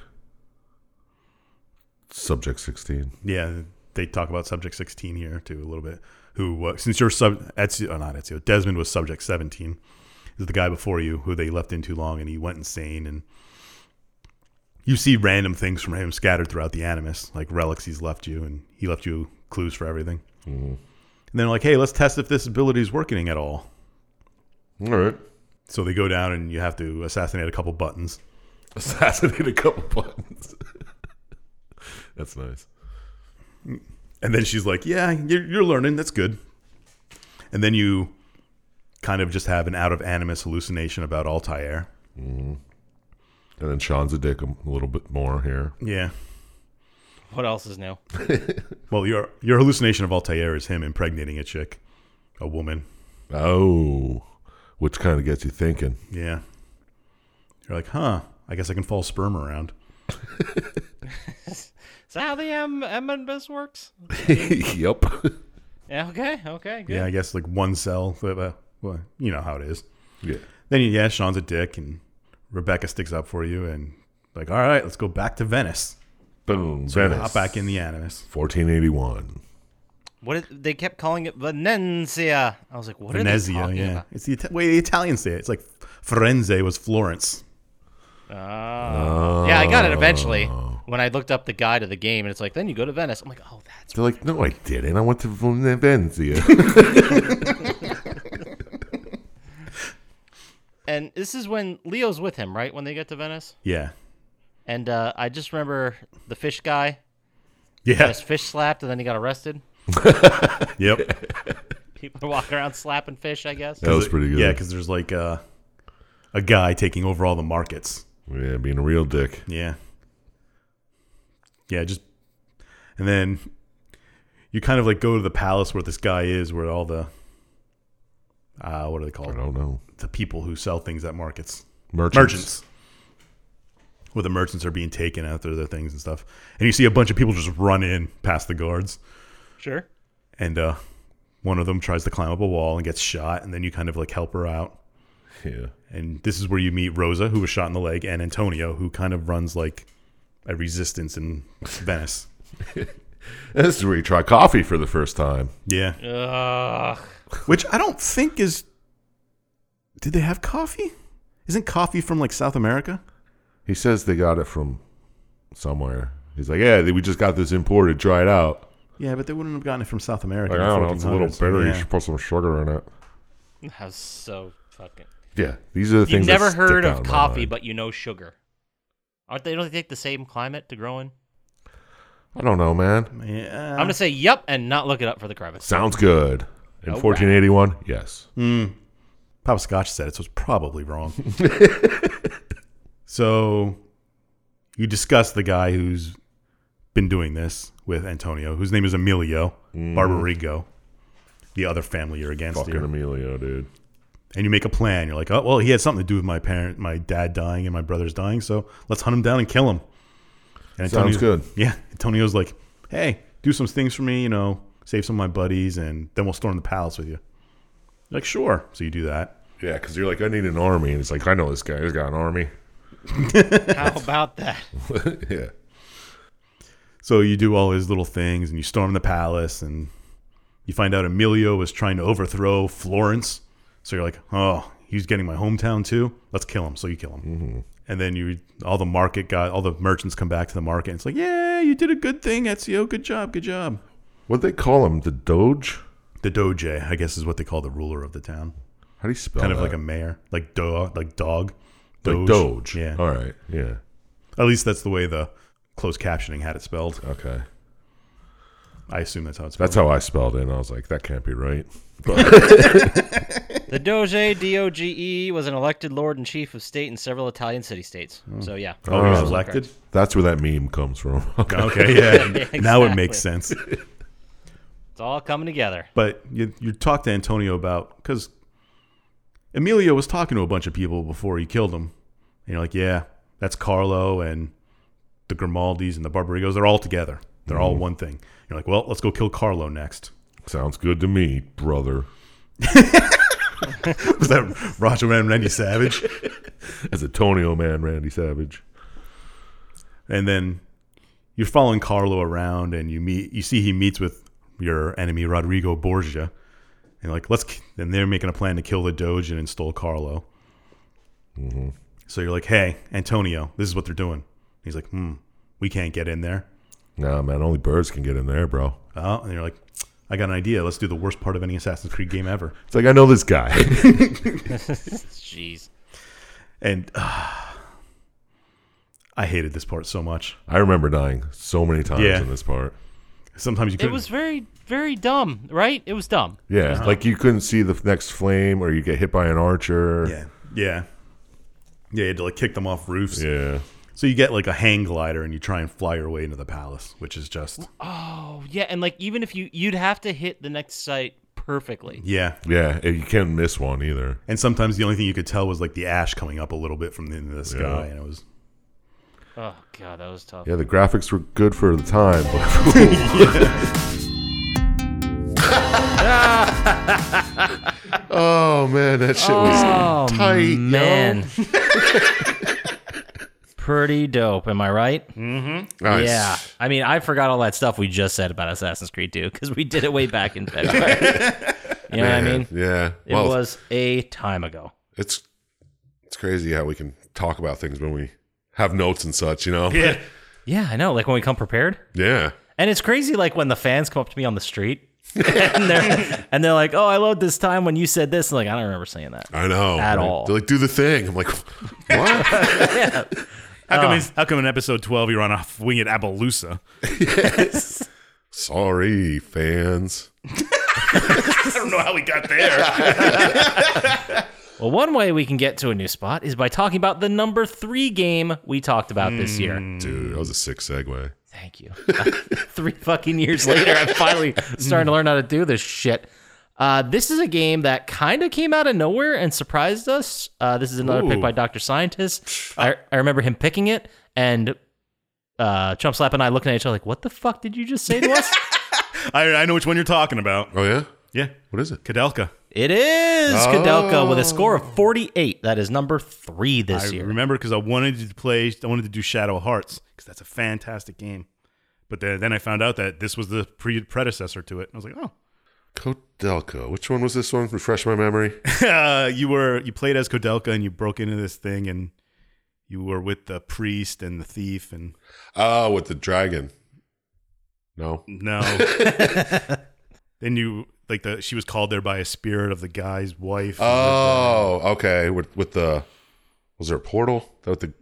subject sixteen. Yeah, they talk about subject 16 here too a little bit. Who uh, since you're sub Ezio, oh, not Ezio, Desmond was subject 17. Is the guy before you who they left in too long and he went insane and you see random things from him scattered throughout the animus, like relics he's left you and he left you clues for everything. And they're like, "Hey, let's test if this ability is working at all." All right. <laughs> So they go down and you have to assassinate a couple buttons. Assassinate a couple buttons. <laughs> That's nice. And then she's like, "Yeah, you're, you're learning. That's good." And then you kind of just have an out of animus hallucination about Altair. And then Sean's a dick a little bit more here. Yeah. What else is new? Well, your your hallucination of Altair is him impregnating a chick, a woman. Oh, which kind of gets you <laughs> thinking. Yeah. You're like, "Huh? I guess I can fall sperm around." Is that how the um, M- MNBIS works? yep. Yeah, okay, okay, good. Yeah, I guess like one cell. but, uh, Well, you know how it is. <laughs> Yeah. Then yeah, Sean's a dick, and Rebecca sticks up for you, and like, "All right, let's go back to Venice. Boom. Hop Venice. back in the animus." 1481. What is, they kept calling it Venezia. I was like, what are they Venezia, talking yeah. about? It's the Ita- way the Italians say it. It's like Firenze was Florence. Oh. Yeah, I got it eventually when I looked up the guide of the game, and it's like, then you go to Venice. I'm like, oh, that's They're like, no, I didn't. I went to Ven- <laughs> Venezia. and this is when Leo's with him, right? When they get to Venice, Yeah. and uh, I just remember the fish guy Yeah. <laughs> got his fish slapped, and then he got arrested. <laughs> Yep. People <laughs> are walking around slapping fish, I guess. That was pretty good. Yeah, because there's like a, a guy taking over all the markets. Yeah, being a real dick. Yeah. Yeah, just and then you kind of like go to the palace where this guy is, where all the uh what are they I called? don't know. The people who sell things at markets. Merchants. Merchants. Where the merchants are being taken after their things and stuff. And you see a bunch of people just run in past the guards Sure. and uh one of them tries to climb up a wall and gets shot and then you kind of like help her out. Yeah. And this is where you meet Rosa, who was shot in the leg, and Antonio, who kind of runs like a resistance in Venice. <laughs> And this is where you try coffee for the first time. Yeah. Ugh. Which I don't think is. Did they have coffee? Isn't coffee from like South America? He says they got it from somewhere. He's like, yeah, we just got this imported. Try it out. Yeah, but they wouldn't have gotten it from South America. Like, in I the don't know. It's a little 1400s. bitter. You Yeah. should put some sugar in it. That was so fucking. Yeah. These are You've the things. that never stick heard out of in my coffee, mind. but you know sugar. Aren't they? Don't they take the same climate to grow in? I don't know, man. Yeah. I'm gonna say yep and not look it up for the crevice. Sounds good. In 1481, yes. Hmm. Papa Scotch said it, so it's probably <laughs> wrong. so you discuss the guy who's been doing this with Antonio, whose name is Emilio Barbarigo, the other family you're against. Hmm. Fucking here. Emilio, dude. and you make a plan. You're like, oh well, he had something to do with my parent, my dad dying, and my brothers dying. So let's hunt him down and kill him. And Sounds good. Yeah, Antonio's like, hey, do some things for me, you know, save some of my buddies, and then we'll storm the palace with you. You're like, sure. So you do that. Yeah, because you're like, I need an army. And it's like, I know this guy. He's got an army. <laughs> How about that? yeah. So you do all his little things, and you storm the palace, and you find out Emilio was trying to overthrow Florence. So you're like, oh, he's getting my hometown too. Let's kill him. So you kill him. And then you, all the market guy, all the merchants come back to the market. And it's like, yeah, you did a good thing, Ezio. Good job, good job. What they call him? The Doge? The Doge, I guess, is what they call the ruler of the town, How do you spell kind of that? like a mayor, like dog, like dog, Like Doge. Yeah, All right. Yeah. at least that's the way the closed captioning had it spelled. Okay. I assume that's how it's spelled. That's how I spelled it. And I was like, that can't be right. But The Doge, D O G E, was an elected lord and chief of state in several Italian city states. So, yeah. oh, he was Oh. elected. that's where that meme comes from. <laughs> Okay. Okay, yeah. Yeah, Now it exactly. makes sense. It's all coming together. <laughs> But you, you talk to Antonio about because Emilio was talking to a bunch of people before he killed him. And you're like, yeah, that's Carlo and the Grimaldis and the Barbarigos. They're all together. They're all one thing. You're like, well, let's go kill Carlo next. <laughs> Sounds good to me, brother. Was that Roger and Randy Savage? As Antonio man, Randy Savage. and then you're following Carlo around, and you meet, you see he meets with your enemy Rodrigo Borgia, and like let's, k- and they're making a plan to kill the Doge and install Carlo. So you're like, hey, Antonio, this is what they're doing. He's like, hmm, we can't get in there. Nah, man, only birds can get in there, bro. Oh, and you're like, I got an idea. Let's do the worst part of any Assassin's Creed game ever. It's like I know this guy. <laughs> Jeez. And <sighs> I hated this part so much. I remember dying so many times Yeah. in this part. Sometimes you It couldn't. <laughs> was very, very dumb, right? It was dumb. Yeah, Uh-huh. like you couldn't see the next flame, or you get hit by an archer. yeah, yeah, yeah. You had to like kick them off roofs. yeah. So you get like a hang glider and you try and fly your way into the palace, which is just Oh, yeah. And, like, even if you, you'd have to hit the next site perfectly. yeah. Yeah, and you can't miss one either. And sometimes the only thing you could tell was like the ash coming up a little bit from the, the sky, and it was Oh, God, that was tough. Yeah, the graphics were good for the time, but <laughs> <laughs> <laughs> oh man, that shit was Oh. tight. yo. <laughs> Mm, Man. Pretty dope, am I right? Nice. Yeah. I mean, I forgot all that stuff we just said about Assassin's Creed 2 because we did it way back <laughs> in February. you know what I mean? Yeah. It well, was a time ago. it's it's crazy how we can talk about things when we have notes and such, you know? Yeah. Yeah, I know. Like when we come prepared. <laughs> Yeah. And it's crazy, like when the fans come up to me on <laughs> the street and they're, and they're like, oh, I loved this time when you said this. And like, I don't remember saying that. I know. At all. They're like, do the <laughs> thing. I'm like, what? how Ah. come? is- how come in episode twelve you're on a winged Appaloosa? Sorry, fans. <laughs> I don't know how we got there. Well, one way we can get to a new spot is by talking about the number three game we talked about this year. Dude, that was a sick segue. Thank you. <laughs> Uh, three fucking years later, I'm finally starting to learn how to do this shit. Uh, this is a game that kind of came out of nowhere and surprised us. Uh, this is another pick by Dr. Scientist. I, I remember him picking it, and uh, Chump Slap and I looking at each other like, what the fuck did you just say to us? <laughs> I, I know which one you're talking about. Oh yeah, Yeah. what is it? Kadelka. it is Kadelka with a score of 48. That is number three I this year. remember because I wanted to play, I wanted to do Shadow of Hearts because that's a fantastic game. But then, then I found out that this was the pre- predecessor to it. And I was like, oh. Kodelko. Which one was this one? Refresh my memory. <laughs> uh, you were you played as Kodelka and you broke into this thing and you were with the priest and the thief and Oh, with the dragon. No. no. then you like the she was called there by a spirit of the guy's wife. Oh, okay. With with the was there a portal? That with the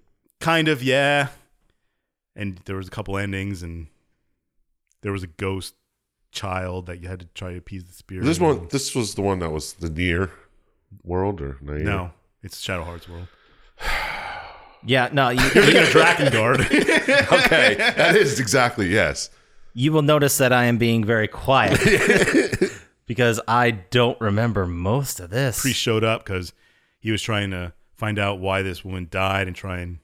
kind of yeah. And there was a couple endings and there was a ghost child that you had to try to appease the spirit. this and- one. This was the one that was the near world or Nair? No, it's Shadow Hearts World. yeah, no, you, You're a Drakengard. <laughs> Okay, that is exactly yes. You will notice that I am being very quiet because I don't remember most of this. Priest showed up because he was trying to find out why this woman died and try and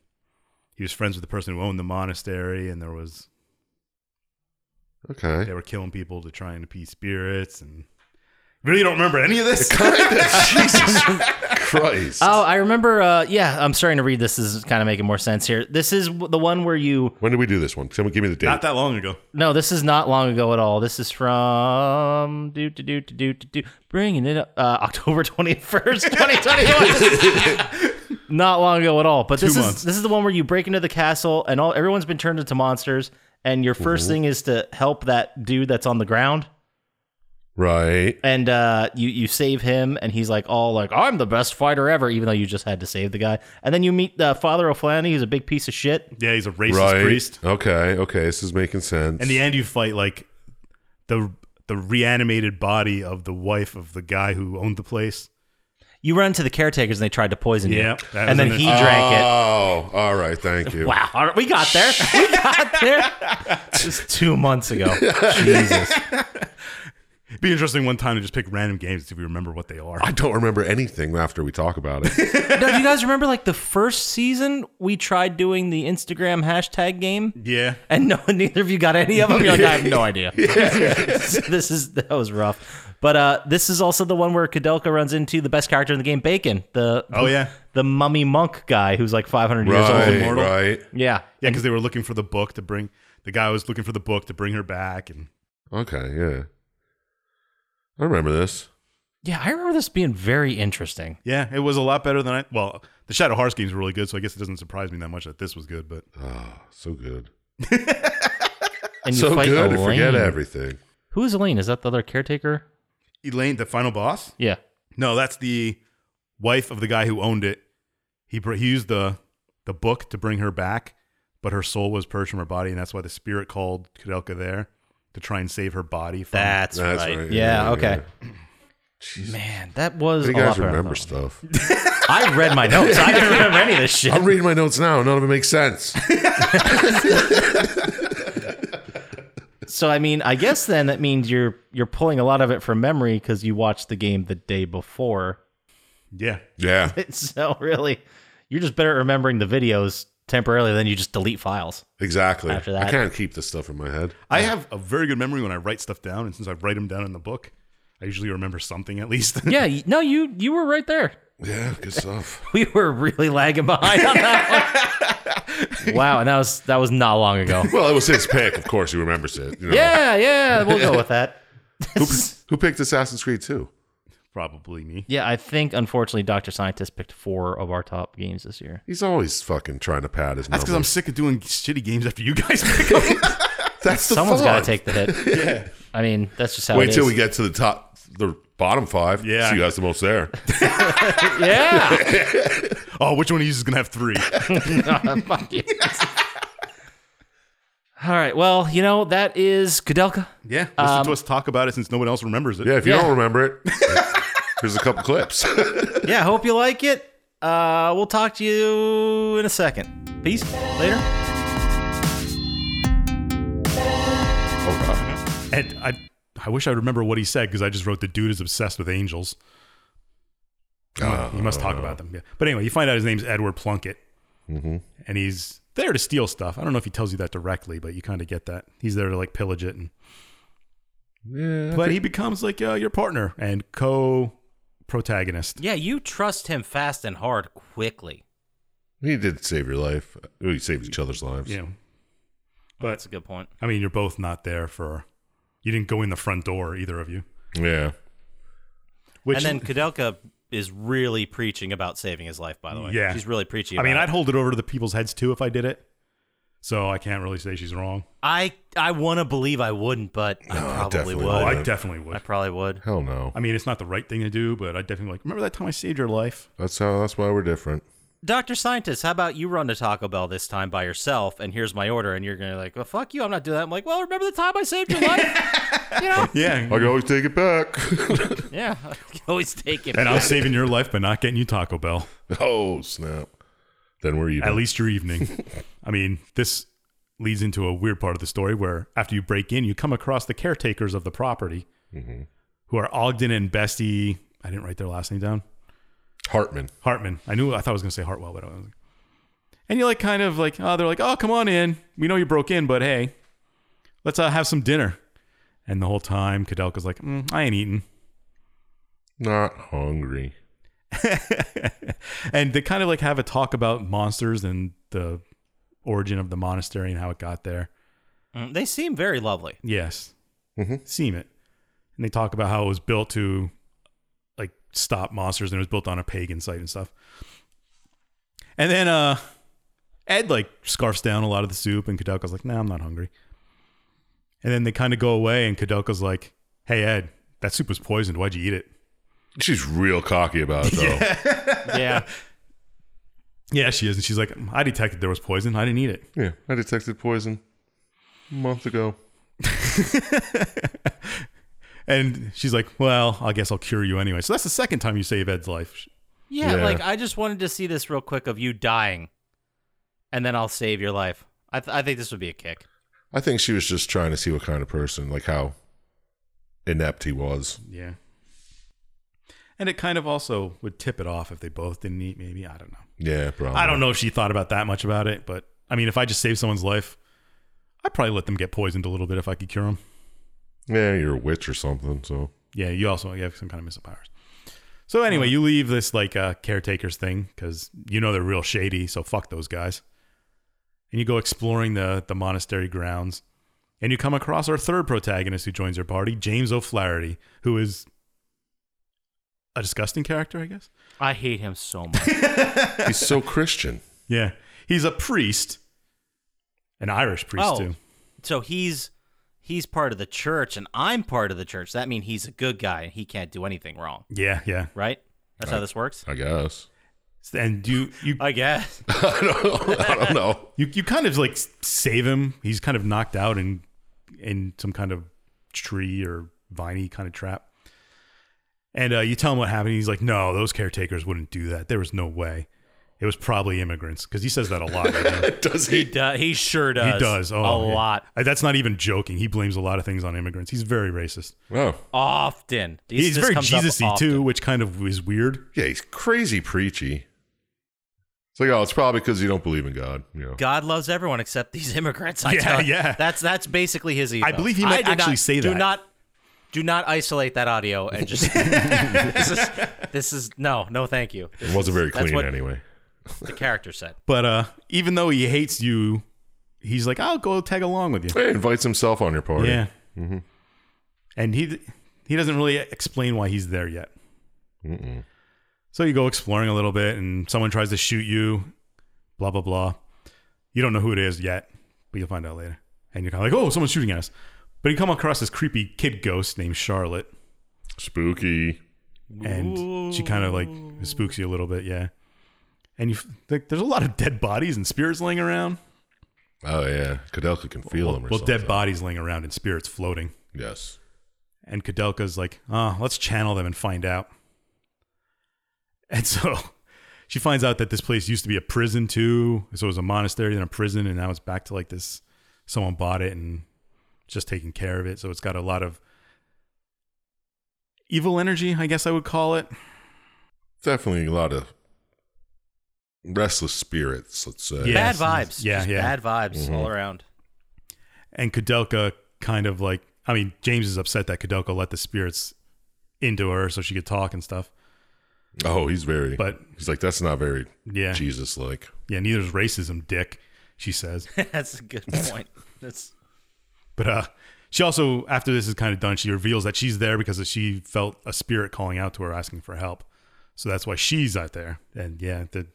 he was friends with the person who owned the monastery and there was Okay. they were killing people to try and appease spirits and really don't remember any of this. Christ. oh, I remember. Uh, yeah, I'm starting to read this. This is kind of making more sense here. This is w- the one where you. When did we do this one? Someone give me the date. Not that long ago. No, this is not long ago at all. This is from do do do do do do do bringing it up uh, <laughs> October 21st, 2021. <laughs> not long ago at all. But this Two is months. this is the one where you break into the castle and all everyone's been turned into monsters and your 1st thing is to help that dude that's on the ground. right. and uh, you you save him, and he's like all like, "I'm the best fighter ever," even though you just had to save the guy. And then you meet uh, Father O'Flannery, who's a big piece of shit. Yeah, he's a racist Right. priest. Okay. Okay. This is making sense. In the end, you fight like the the reanimated body of the wife of the guy who owned the place. You run to the caretakers, and they tried to poison Yeah, you, that was and then an- he oh, drank all right. Thank you. it. Wow, all right, we got <laughs> there. We got there. Just two <laughs> months ago. Jesus. It'd be interesting one time to just pick random games to see if we remember what they are. I don't remember anything after we talk about <laughs> it. Now, do you guys remember like the first season we tried doing the Instagram hashtag game? Yeah. And no, <laughs> neither of you got any <laughs> of them. You're like, I have no idea. <laughs> this is that was rough. But uh, this is also the one where Kadelka runs into the best character in the game, Bacon, the Oh yeah. the mummy monk guy who's like 500 years old, right. immortal. Right. Yeah, Yeah, because they were looking for the book to bring. The guy was looking for the book to bring her back, and Okay. Yeah. I remember this. yeah. I remember this being very interesting. yeah, it was a lot better than I. Well, the Shadow Hearts game's really good, so I guess it doesn't surprise me that much that this was good. But Oh, so good. And you so fight good. I Elaine. forget everything. Who is Elaine? Is that the other caretaker? Elaine, the final boss? Yeah. No, that's the wife of the guy who owned it. He br- he used the the book to bring her back, but her soul was purged from her body, and that's why the spirit called Kudelka there to try and save her body. From, That's right. Yeah, okay. yeah. Jeez. Man, that was. you a lot guys better than I remember thought. <laughs> stuff. I read my notes. I didn't remember any of this <laughs> shit. I'm reading my notes now. None of it makes <laughs> sense. So I mean, I guess then that means you're you're pulling a lot of it from memory because you watched the game the day before. <laughs> yeah. Yeah. So really, you're just better at remembering the videos temporarily than you just delete files. Exactly. After that. I can't keep this stuff in my head. I have a very good memory when I write stuff down, and since I write them down in the book, I usually remember something at least. Yeah, y- no, you you were right there. Yeah, good stuff. <laughs> We were really lagging behind on that <laughs> one. Wow, and that was that was not long ago. well, it was his pick. Of course, he remembers it. you know. <laughs> Yeah, yeah, we'll go with <laughs> that. Who picked Assassin's Creed 2? <laughs> Probably me. yeah, I think unfortunately, Doctor Scientist picked four of our top games this year. He's always fucking trying to pad his That's because I'm numbers. sick of doing shitty games after you guys pick them. <laughs> That's the Someone's fun. got to take <laughs> the hit. yeah, I mean that's just how. Wait it till is. we get to the top, the bottom five. Yeah. See who has the most there. <laughs> Yeah. oh, which one of you is going to have three? Fuck you. All right. Well, you know, that is Kudelka. Yeah, listen Um, to us talk about it since no one else remembers it. Yeah, <laughs> if you Yeah. don't remember it, here's a couple clips. Yeah, hope you like it. Uh, we'll talk to you in a second. Peace. Later. And I, I wish I remember what he said because I just wrote the dude is obsessed with angels. you must talk about them. Yeah. But anyway, you find out his name's Edward Plunkett, Mm-hmm. and he's there to steal stuff. I don't know if he tells you that directly, but you kind of get that. He's there to like pillage it, and yeah, but he becomes like uh, your partner and co-protagonist. Yeah, you trust him fast and hard quickly. he did save your life. We saved each other's lives. You know, but That's a good point. I mean, you're both not there for. You didn't go in the front door, either of you. Yeah. Which <laughs> and then Kadelka is really preaching about saving his life. By the way, Yeah. she's really preaching. I mean, about I'd hold it over to the people's heads too if I did it. So I can't really say she's wrong. it. I I want to believe I wouldn't, but I probably definitely would. Oh, wouldn't. I yeah. definitely would. I probably would. Hell no. I mean, it's not the right thing to do, but I definitely like. Remember that time I saved your life? That's how. That's why we're different. Doctor Scientist, how about you run to Taco Bell this time by yourself? And here's my order. And you're gonna be like, well, fuck you. I'm not doing that. I'm like, well, remember the time I saved your <laughs> life? <laughs> Yeah. I can always take it back. <laughs> yeah, <laughs> I can always take it. And I'm saving your life by not getting you Taco Bell. oh snap! Then we're even. At least your <laughs> evening. I mean, this leads into a weird part of the story where after you break in, you come across the caretakers of the property, Mm-hmm. who are Ogden and Bestie. I didn't write their last name down. Hartman. Hartman. I knew I thought I was gonna say Hartwell, but I was. And you like kind of like oh they're like oh come on in we know you broke in but hey let's uh, have some dinner and the whole time Kadelka's like mm, I ain't eating <laughs> Not hungry. and they kind of like have a talk about monsters and the origin of the monastery and how it got there. <laughs> Mm, They seem very lovely. Yes, Mhm. seem it. And they talk about how it was built to like stop monsters and it was built on a pagan site and stuff. And then uh Ed like scarfs down a lot of the soup and Kadelka's like, "Nah, I'm not hungry." And then they kind of go away and Kadelka's like, "Hey Ed, that soup was poisoned. Why'd you eat it?" She's real cocky <laughs> about it though. Yeah, Yeah, she is, and she's like, "I detected there was poison. I didn't eat it." Yeah, I detected poison a month ago. <laughs> And she's like, "Well, I guess I'll cure you anyway." So that's the second time you save Ed's life. yeah. Yeah. Like I just wanted to see this real quick of you dying, and then I'll save your life. I th- I think this would be a kick. I think she was just trying to see what kind of person, like how inept he was. Yeah. And it kind of also would tip it off if they both didn't eat. Maybe I don't know. Yeah, probably. I don't know if she thought about that much about it, but I mean, if I just saved someone's life, I'd probably let them get poisoned a little bit if I could cure them. Yeah, you're a witch or something. So Yeah, you also you have some kind of missile powers. So anyway, you leave this like uh, caretakers thing because you know they're real shady. So fuck those guys. And you go exploring the the monastery grounds, and you come across our third protagonist who joins your party, James O'Flaherty, who is a disgusting character, I guess. I hate him so <laughs> much. <laughs> he's so Christian. Yeah. He's a priest. An Irish priest Oh. too. so he's he's part of the church and I'm part of the church. That means he's a good guy and he can't do anything wrong, Yeah, yeah. right? That's Uh, how this works. I guess. <laughs> And you you I guess. <laughs> I don't. I <laughs> don't know. you, you kind of like save him. He's kind of knocked out in in some kind of tree or viney kind of trap. And uh, you tell him what happened. He's like, "No, those caretakers wouldn't do that. There was no way. It was probably immigrants." Because he says that a lot. I know. Does <laughs> he? He does. He sure does. he does oh, a yeah. lot Uh, That's not even joking. He blames a lot of things on immigrants. He's very racist. Oh, often. This- He's this very comes up Jesus-y too, often. which kind of is weird. yeah. He's crazy preachy. It's like, oh, it's probably because you don't believe in God. You know. God loves everyone except these <laughs> immigrants. I Yeah, tell you. yeah. That's that's basically his ethos. believe he might do actually not- say do that. not do not isolate that audio <laughs> and just this, is, this is no no thank you. It wasn't very That's clean what- anyway. The character said. But uh, even though he hates you, he's like, I'll go tag along with you. He invites himself on your party. Mm-hmm. Yeah. And he he doesn't really explain why he's there yet. So you go exploring a little bit, and someone tries to shoot you. Blah blah blah. You don't know who it is yet, but you'll find out later. And you're kind of like, oh, someone's shooting at us. But you come across this creepy kid ghost named Charlotte, Spooky. and she kind of like spooks you a little bit, yeah. And you, f- like, there's a lot of dead bodies and spirits laying around. Oh yeah, Kadelka can feel him. Or well, something. dead bodies laying around and spirits floating. Yes. And Kadelka's like, oh, let's channel them and find out. And so <laughs> she finds out that this place used to be a prison too. So it was a monastery, then a prison, and now it's back to like this someone bought it and just taking care of it. So it's got a lot of evil energy, I guess I would call it. Definitely a lot of restless spirits. Let's say. Yeah. Yes. Bad vibes. Yeah, Just yeah. Bad vibes Mm-hmm. all <laughs> around. And Kadelka kind of like, I mean, James is upset that Kadelka let the spirits into her so she could talk and stuff. Oh, he's very. But he's like that's not very yeah, Jesus like. yeah, neither is racism, dick, she says. That's a good point. That's But uh, she also, after this is kind of done, she reveals that she's there because she felt a spirit calling out to her asking for help. So that's why she's out there. And yeah, the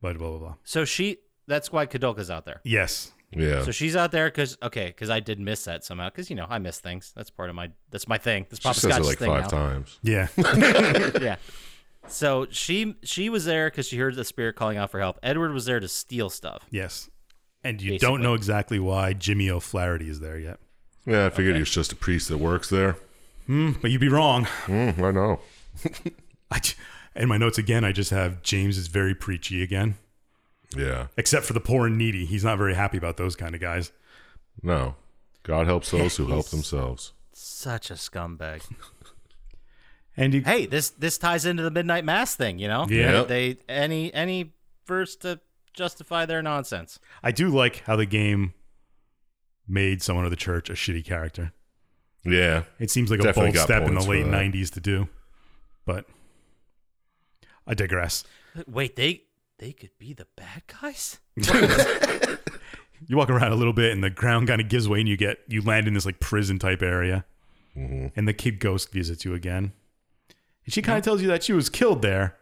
blah, blah, blah, blah. So she. That's why Kadoka's out there. Yes. Yeah. So she's out there because okay, because I did miss that somehow. Because you know I miss things. That's part of my. That's my thing. That's Papa she says it Scotch's like thing five now. times. Yeah. yeah. So she she was there because she heard the spirit calling out for help. Edward was there to steal stuff. yes. And you Basically. don't know exactly why Jimmy O'Flaherty is there yet. Yeah, I figured he was just a priest that works there. Hmm, but you'd be wrong. <laughs> Mm, I know. I, j- in my notes again, I just have James is very preachy again, Yeah. except for the poor and needy. He's not very happy about those kind of guys. No. God helps those who help themselves. Such <laughs> a scumbag. And you, hey, this this ties into the midnight mass thing, you know? Yeah. Yep. They any any verse to justify their nonsense. I do like how the game made someone of the church a shitty character. Yeah. It seems like Definitely a bold got step in the points for late that. '90s to do, but I <laughs> digress. Wait, they they could be the bad guys? You walk around a little bit, and the ground kind of gives way, and you get you land in this like prison type area, Mhm. and the kid ghost visits you again, and she kind of tells you that she was killed there.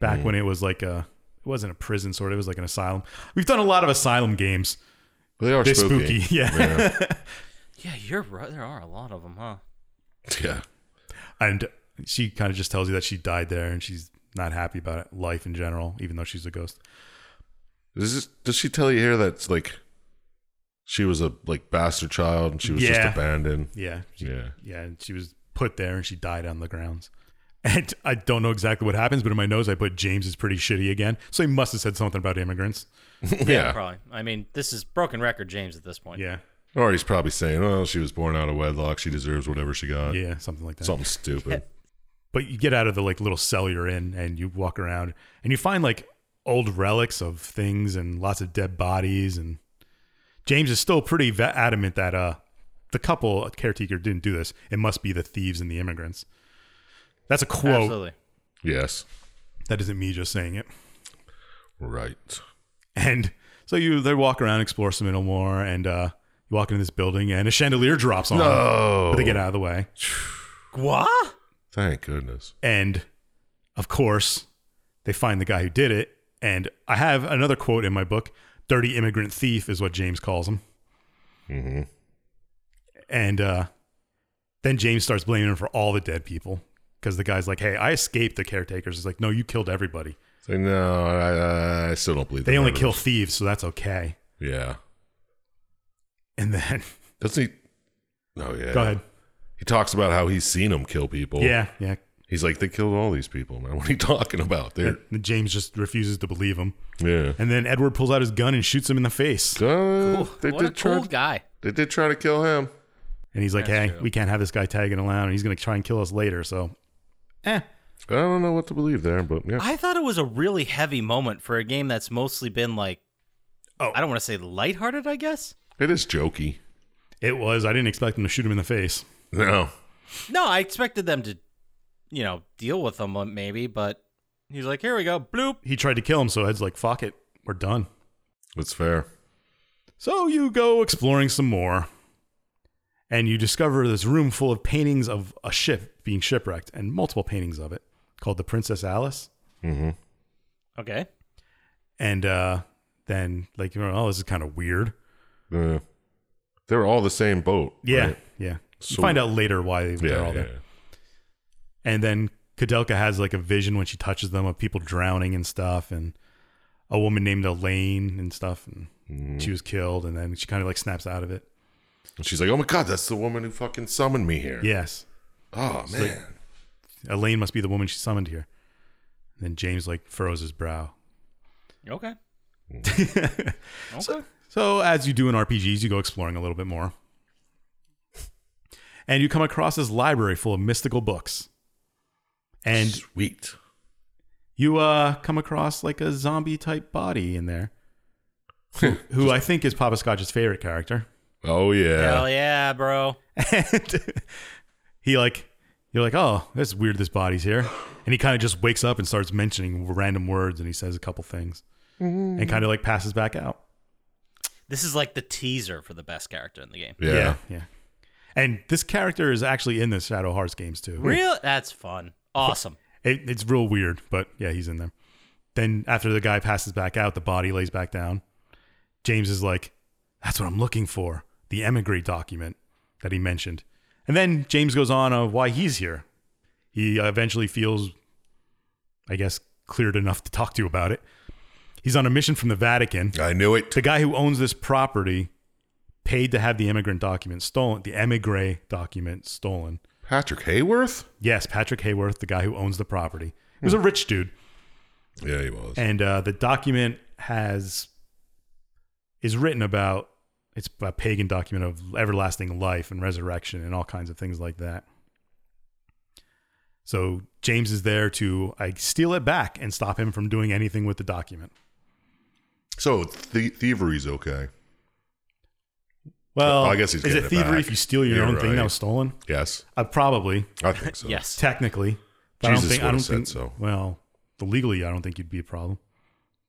Back Hmm. when it was like a, it wasn't a prison sort. of, It was like an asylum. We've done a lot of asylum games. They are They're spooky. spooky, <laughs> yeah. Yeah, you're right. There are a lot of them, huh? Yeah. And she kind of just tells you that she died there, and she's not happy about it, life in general, even though she's a ghost. Does, this, does she tell you here that like she was a like bastard child and she was Yeah. just abandoned? <laughs> Yeah, Yeah. Yeah, and she was put there and she died on the grounds. And I don't know exactly what happens, but in my notes I put James is pretty shitty again. So he must have said something about immigrants. yeah. Probably. I mean, this is broken record James at this point. Yeah. Or he's probably saying, "Oh, she was born out of wedlock. She deserves whatever she got." Yeah, something like that. Something stupid. <laughs> But you get out of the like little cell you're in and you walk around and you find like old relics of things and lots of dead bodies and James is still pretty va- adamant that uh the couple uh, caretaker didn't do this. It must be the thieves and the immigrants. That's a quote. Absolutely. Yes. That isn't me just saying it. Right. And so you they walk around, explore some little more, and uh, you walk into this building, and a chandelier drops on. them, Oh. But they get out of the way, Gua? Thank goodness. and of course, they find the guy who did it. And I have another quote in my book: "Dirty immigrant thief" is what James calls him. hmm And uh, then James starts blaming him for all the dead people because the guy's like, "Hey, I escaped the caretakers." He's like, "No, you killed everybody. Say no. I, I- I still don't believe They the only murder." kill thieves, so that's okay." Yeah. And then <laughs> Doesn't he? Oh yeah. go ahead. He talks about how he's seen them kill people. Yeah, yeah. He's like, they killed all these people, man. <laughs> What are you talking <laughs> about? They're And James just refuses to believe him. yeah. And then Edward pulls out his gun and shoots him in the face. Uh, Ooh, they what a did try. cool guy. They did try to kill him. And he's like, hey, we can't have this guy tagging around. And he's going to try and kill us later. So, eh. I don't know what to believe there, but yeah. I thought it was a really heavy moment for a game that's mostly been like Oh. I don't want to say lighthearted, I guess. It is jokey. It was. I didn't expect him to shoot him in the face. No. No, I expected them to, you know, deal with them uh, maybe, but he's like, here we go, bloop. He tried to kill him. So Ed's like, fuck it. We're done. It's fair. So you go exploring some more. And you discover this room full of paintings of a ship being shipwrecked and multiple paintings of it called the Princess Alice. Mm-hmm. Okay. And uh, then, like, you know, oh, this is kind of weird. Uh, they're all the same boat. Yeah. right? Yeah. you So- find out later why they're Yeah. all yeah. there. And then Kadelka has like a vision when she touches them of people drowning and stuff. And a woman named Elaine and stuff, and she was killed, and then she kind of like snaps out of it. And she's like, "Oh my god, that's the woman who fucking summoned me here." Yes, Oh man. Elaine must be the woman she summoned here. And then James like furrows his brow. Okay. okay. So as you do in RPGs, you go exploring a little bit more, and you come across this library full of mystical books, and Sweet. you uh come across like a zombie type body in there, who, who I think is Papa Scotch's favorite character. <laughs> Oh yeah. Hell yeah, bro. and <laughs> he like you're like oh that's weird this body's here and he kind of just wakes up and starts mentioning random words and he says a couple things and kind of like passes back out This is like the teaser for the best character in the game. Yeah. yeah and this character is actually in the shadow hearts games too Real? That's fun. Awesome. it, it's real weird but yeah he's in there then after the guy passes back out the body lays back down james is like that's what i'm looking for the emigrate document that he mentioned and then james goes on of why he's here he eventually feels i guess cleared enough to talk to you about it he's on a mission from the vatican I knew it. the guy who owns this property paid to have the immigrant document stolen the emigre document stolen Patrick Hayworth? yes patrick hayworth the guy who owns the property he was a rich dude Yeah, he was. and uh, the document has is written about it's a pagan document of everlasting life and resurrection and all kinds of things like that so james is there to i steal it back and stop him from doing anything with the document so th- thievery's okay. well I guess he's is getting it it thievery back. if you steal your You're own thing that right. was stolen Yes, uh, probably I think so. Yes. technically but Jesus i don't think would've i don't think said so. well legally i don't think you'd be a problem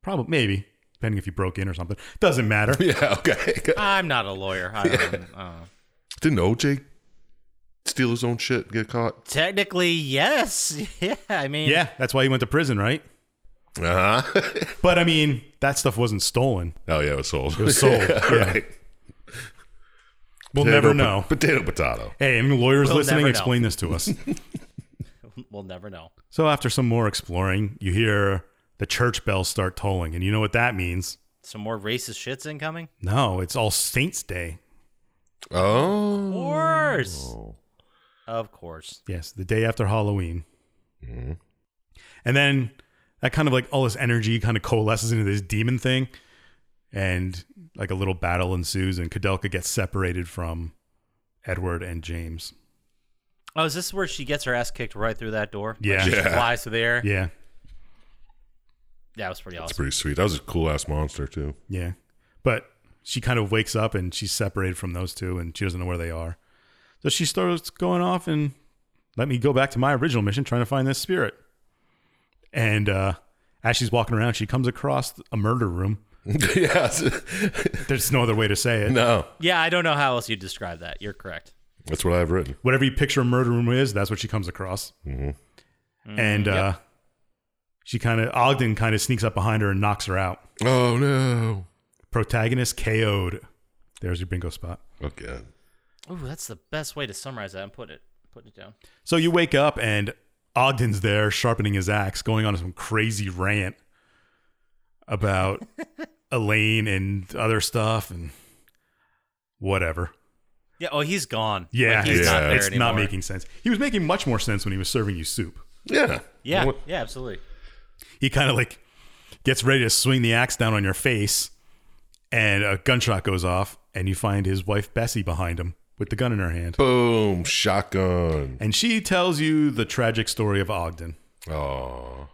probably maybe depending if you broke in or something doesn't matter <laughs> <laughs> Yeah. Okay. I'm not a lawyer. I don't, uh, Didn't OJ steal his own shit? And get caught? technically, yes. <laughs> Yeah. I mean, yeah that's why he went to prison right Uh huh. But I mean, that stuff wasn't stolen. <laughs> oh yeah, it was sold. It was <laughs> sold, yeah. We'll never know. Potato, potato. hey, I mean, lawyers We'll listening, never explain this to <laughs> us. we'll never know. so after some more exploring, you hear the church bells start tolling, and you know what that means? Some more racist shits incoming. No, it's All Saints Day. Oh. Of course. Of course. Yes, the day after Halloween. And then that kind of like all this energy kind of coalesces into this demon thing, and like a little battle ensues, and Kadelka gets separated from Edward and James. Oh, is this where she gets her ass kicked right through that door? Yeah. She Yeah. flies through the air. Yeah. That was pretty It's awesome. pretty sweet. That was a cool ass monster too. Yeah. But she kind of wakes up and she's separated from those two and she doesn't know where they are. So she starts going off and let me go back to my original mission trying to find this spirit. And uh, as she's walking around, she comes across a murder room. <laughs> yes. <laughs> There's no other way to say it. no. Yeah, I don't know how else you describe that. You're correct. That's what I've written. Mm-hmm. Whatever you picture a murder room is, that's what she comes across. Mm, And uh, she kind of, Ogden kind of sneaks up behind her and knocks her out. Oh no. Protagonist KO'd. There's your bingo spot. Okay. uh, Ooh, that's the best way to summarize that. I'm putting it putting it down. So you wake up and Ogden's there sharpening his axe, going on some crazy rant <laughs> about Elaine and other stuff and whatever. Yeah. Oh, he's gone. Yeah, Like, he's it's, not there it's anymore. not making sense. He was making much more sense when he was serving you soup. Yeah. Yeah. What- Yeah. Absolutely. He kind of like gets ready to swing the axe down on your face, and a gunshot goes off, and you find his wife Bessie behind him with the gun in her hand. Boom. Shotgun. And she tells you the tragic story of Ogden. Oh.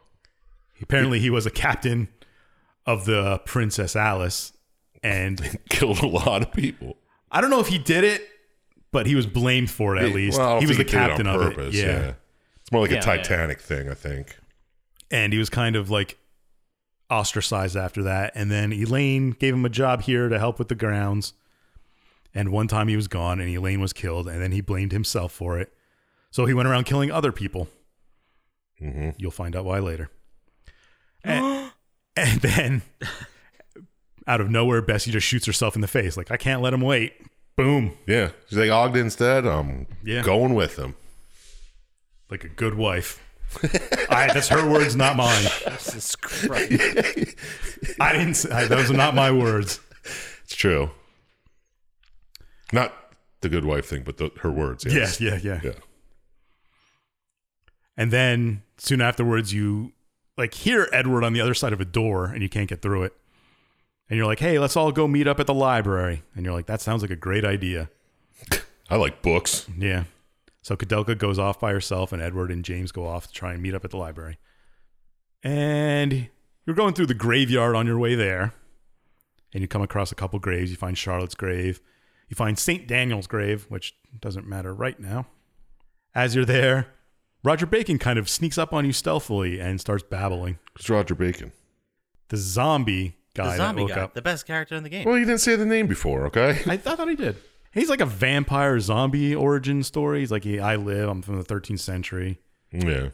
Apparently, he was a captain of the Princess Alice, <laughs> and <laughs> Killed a lot of people. I don't know if he did it, but he was blamed for it at least. Well, I don't he was the think did captain on of purpose, it, yeah. It's more like Yeah, a yeah, yeah. Titanic thing, I think. And he was kind of like ostracized after that. And then Elaine gave him a job here to help with the grounds. And one time he was gone, and Elaine was killed, and then he blamed himself for it. So he went around killing other people. Mhm. You'll find out why later. And, and then out of nowhere, Bessie just shoots herself in the face. Like, I can't let him wait. Boom. Yeah. She's like Ogden's dead. I'm Yeah. going with him. Like a good wife. All right, that's her words, not mine. <laughs> Jesus Christ. I didn't. Say, I- those are not my words. It's true. Not the good wife thing, but the, her words. Yes. Yeah, yeah, yeah. Yeah. And then soon afterwards, you like hear Edward on the other side of a door, and you can't get through it. And you're like, "Hey, let's all go meet up at the library." And you're like, "That sounds like a great idea." I like books. Yeah. So Kadelka goes off by herself, and Edward and James go off to try and meet up at the library. And you're going through the graveyard on your way there, and you come across a couple graves. You find Charlotte's grave, you find St. Daniel's grave, which doesn't matter right now. As you're there, Roger Bacon kind of sneaks up on you stealthily and starts babbling. It's Roger Bacon. The zombie guy the zombie that woke guy, up. the best character in the game. Well, you didn't say the name before, okay? <laughs> I, I thought he did. He's like a vampire zombie origin story. He's like, I live, I'm from the 13th century. Yeah.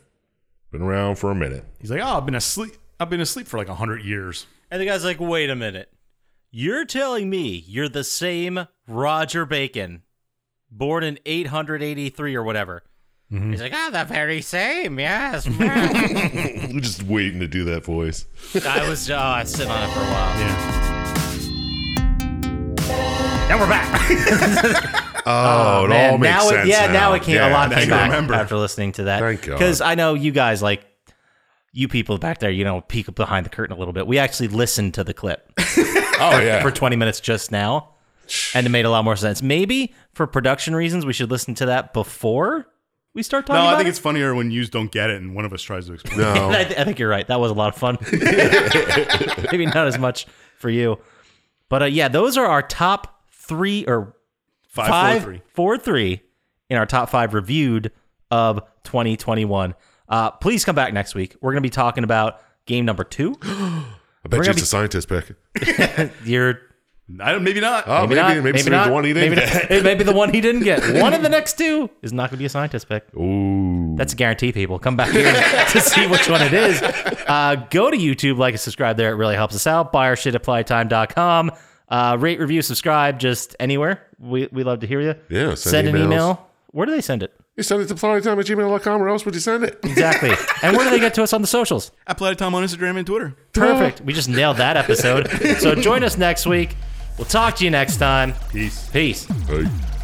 Been around for a minute. <laughs> He's like, oh, I've been asleep. I've been asleep for like hundred years. And the guy's like, wait a minute. You're telling me you're the same Roger Bacon, born in 883 or whatever. He's like, ah, the very same, yes. <laughs> man." We're just waiting to do that voice. I was uh, sitting on it for a while. Yeah. And we're back. Oh, it Man, all makes now it- sense. yeah, now, it came a lot now came you back remember. after listening to that. Thank God. Because I know you guys like you people back there. You know, peek behind the curtain a little bit. We actually listened to the clip Oh, yeah. <laughs> for 20 minutes just now, and it made a lot more sense. Maybe for production reasons, we should listen to that before we start talking. No, I about think it? it's funnier when you don't get it and one of us tries to explain. <laughs> <laughs> no. I, th- I think you're right. That was a lot <laughs> of fun. Maybe not as much for you, but uh, yeah, those are our top three or Five, five, four, three. four, three in our top five reviewed of 2021. Uh, please come back next week. We're going to be talking about game <gasps> number two. I bet you gonna it's a scientist pick. You're I don't, maybe not. Oh, maybe, maybe, not, it's gonna be the one he didn't maybe get. not. It may be the one he didn't get. One of the next two is not going to be a scientist pick. <laughs> Ooh. That's a guarantee, people. Come back here to see which one it is. Uh, go to YouTube, like and subscribe there. It really helps us out. Buy our shit at playtime.com. Uh, rate, review, subscribe, just anywhere. We, we love to hear you. Yeah, send Send, an emails. email. Where do they send it? You send it to plottytime at gmail.com or else would you send it? Exactly. and where do they get to us on <laughs> the socials? I played Tom on Instagram and Twitter. Perfect. We just nailed that episode. So join us next week. We'll talk to you next time. Peace. Peace. Hey.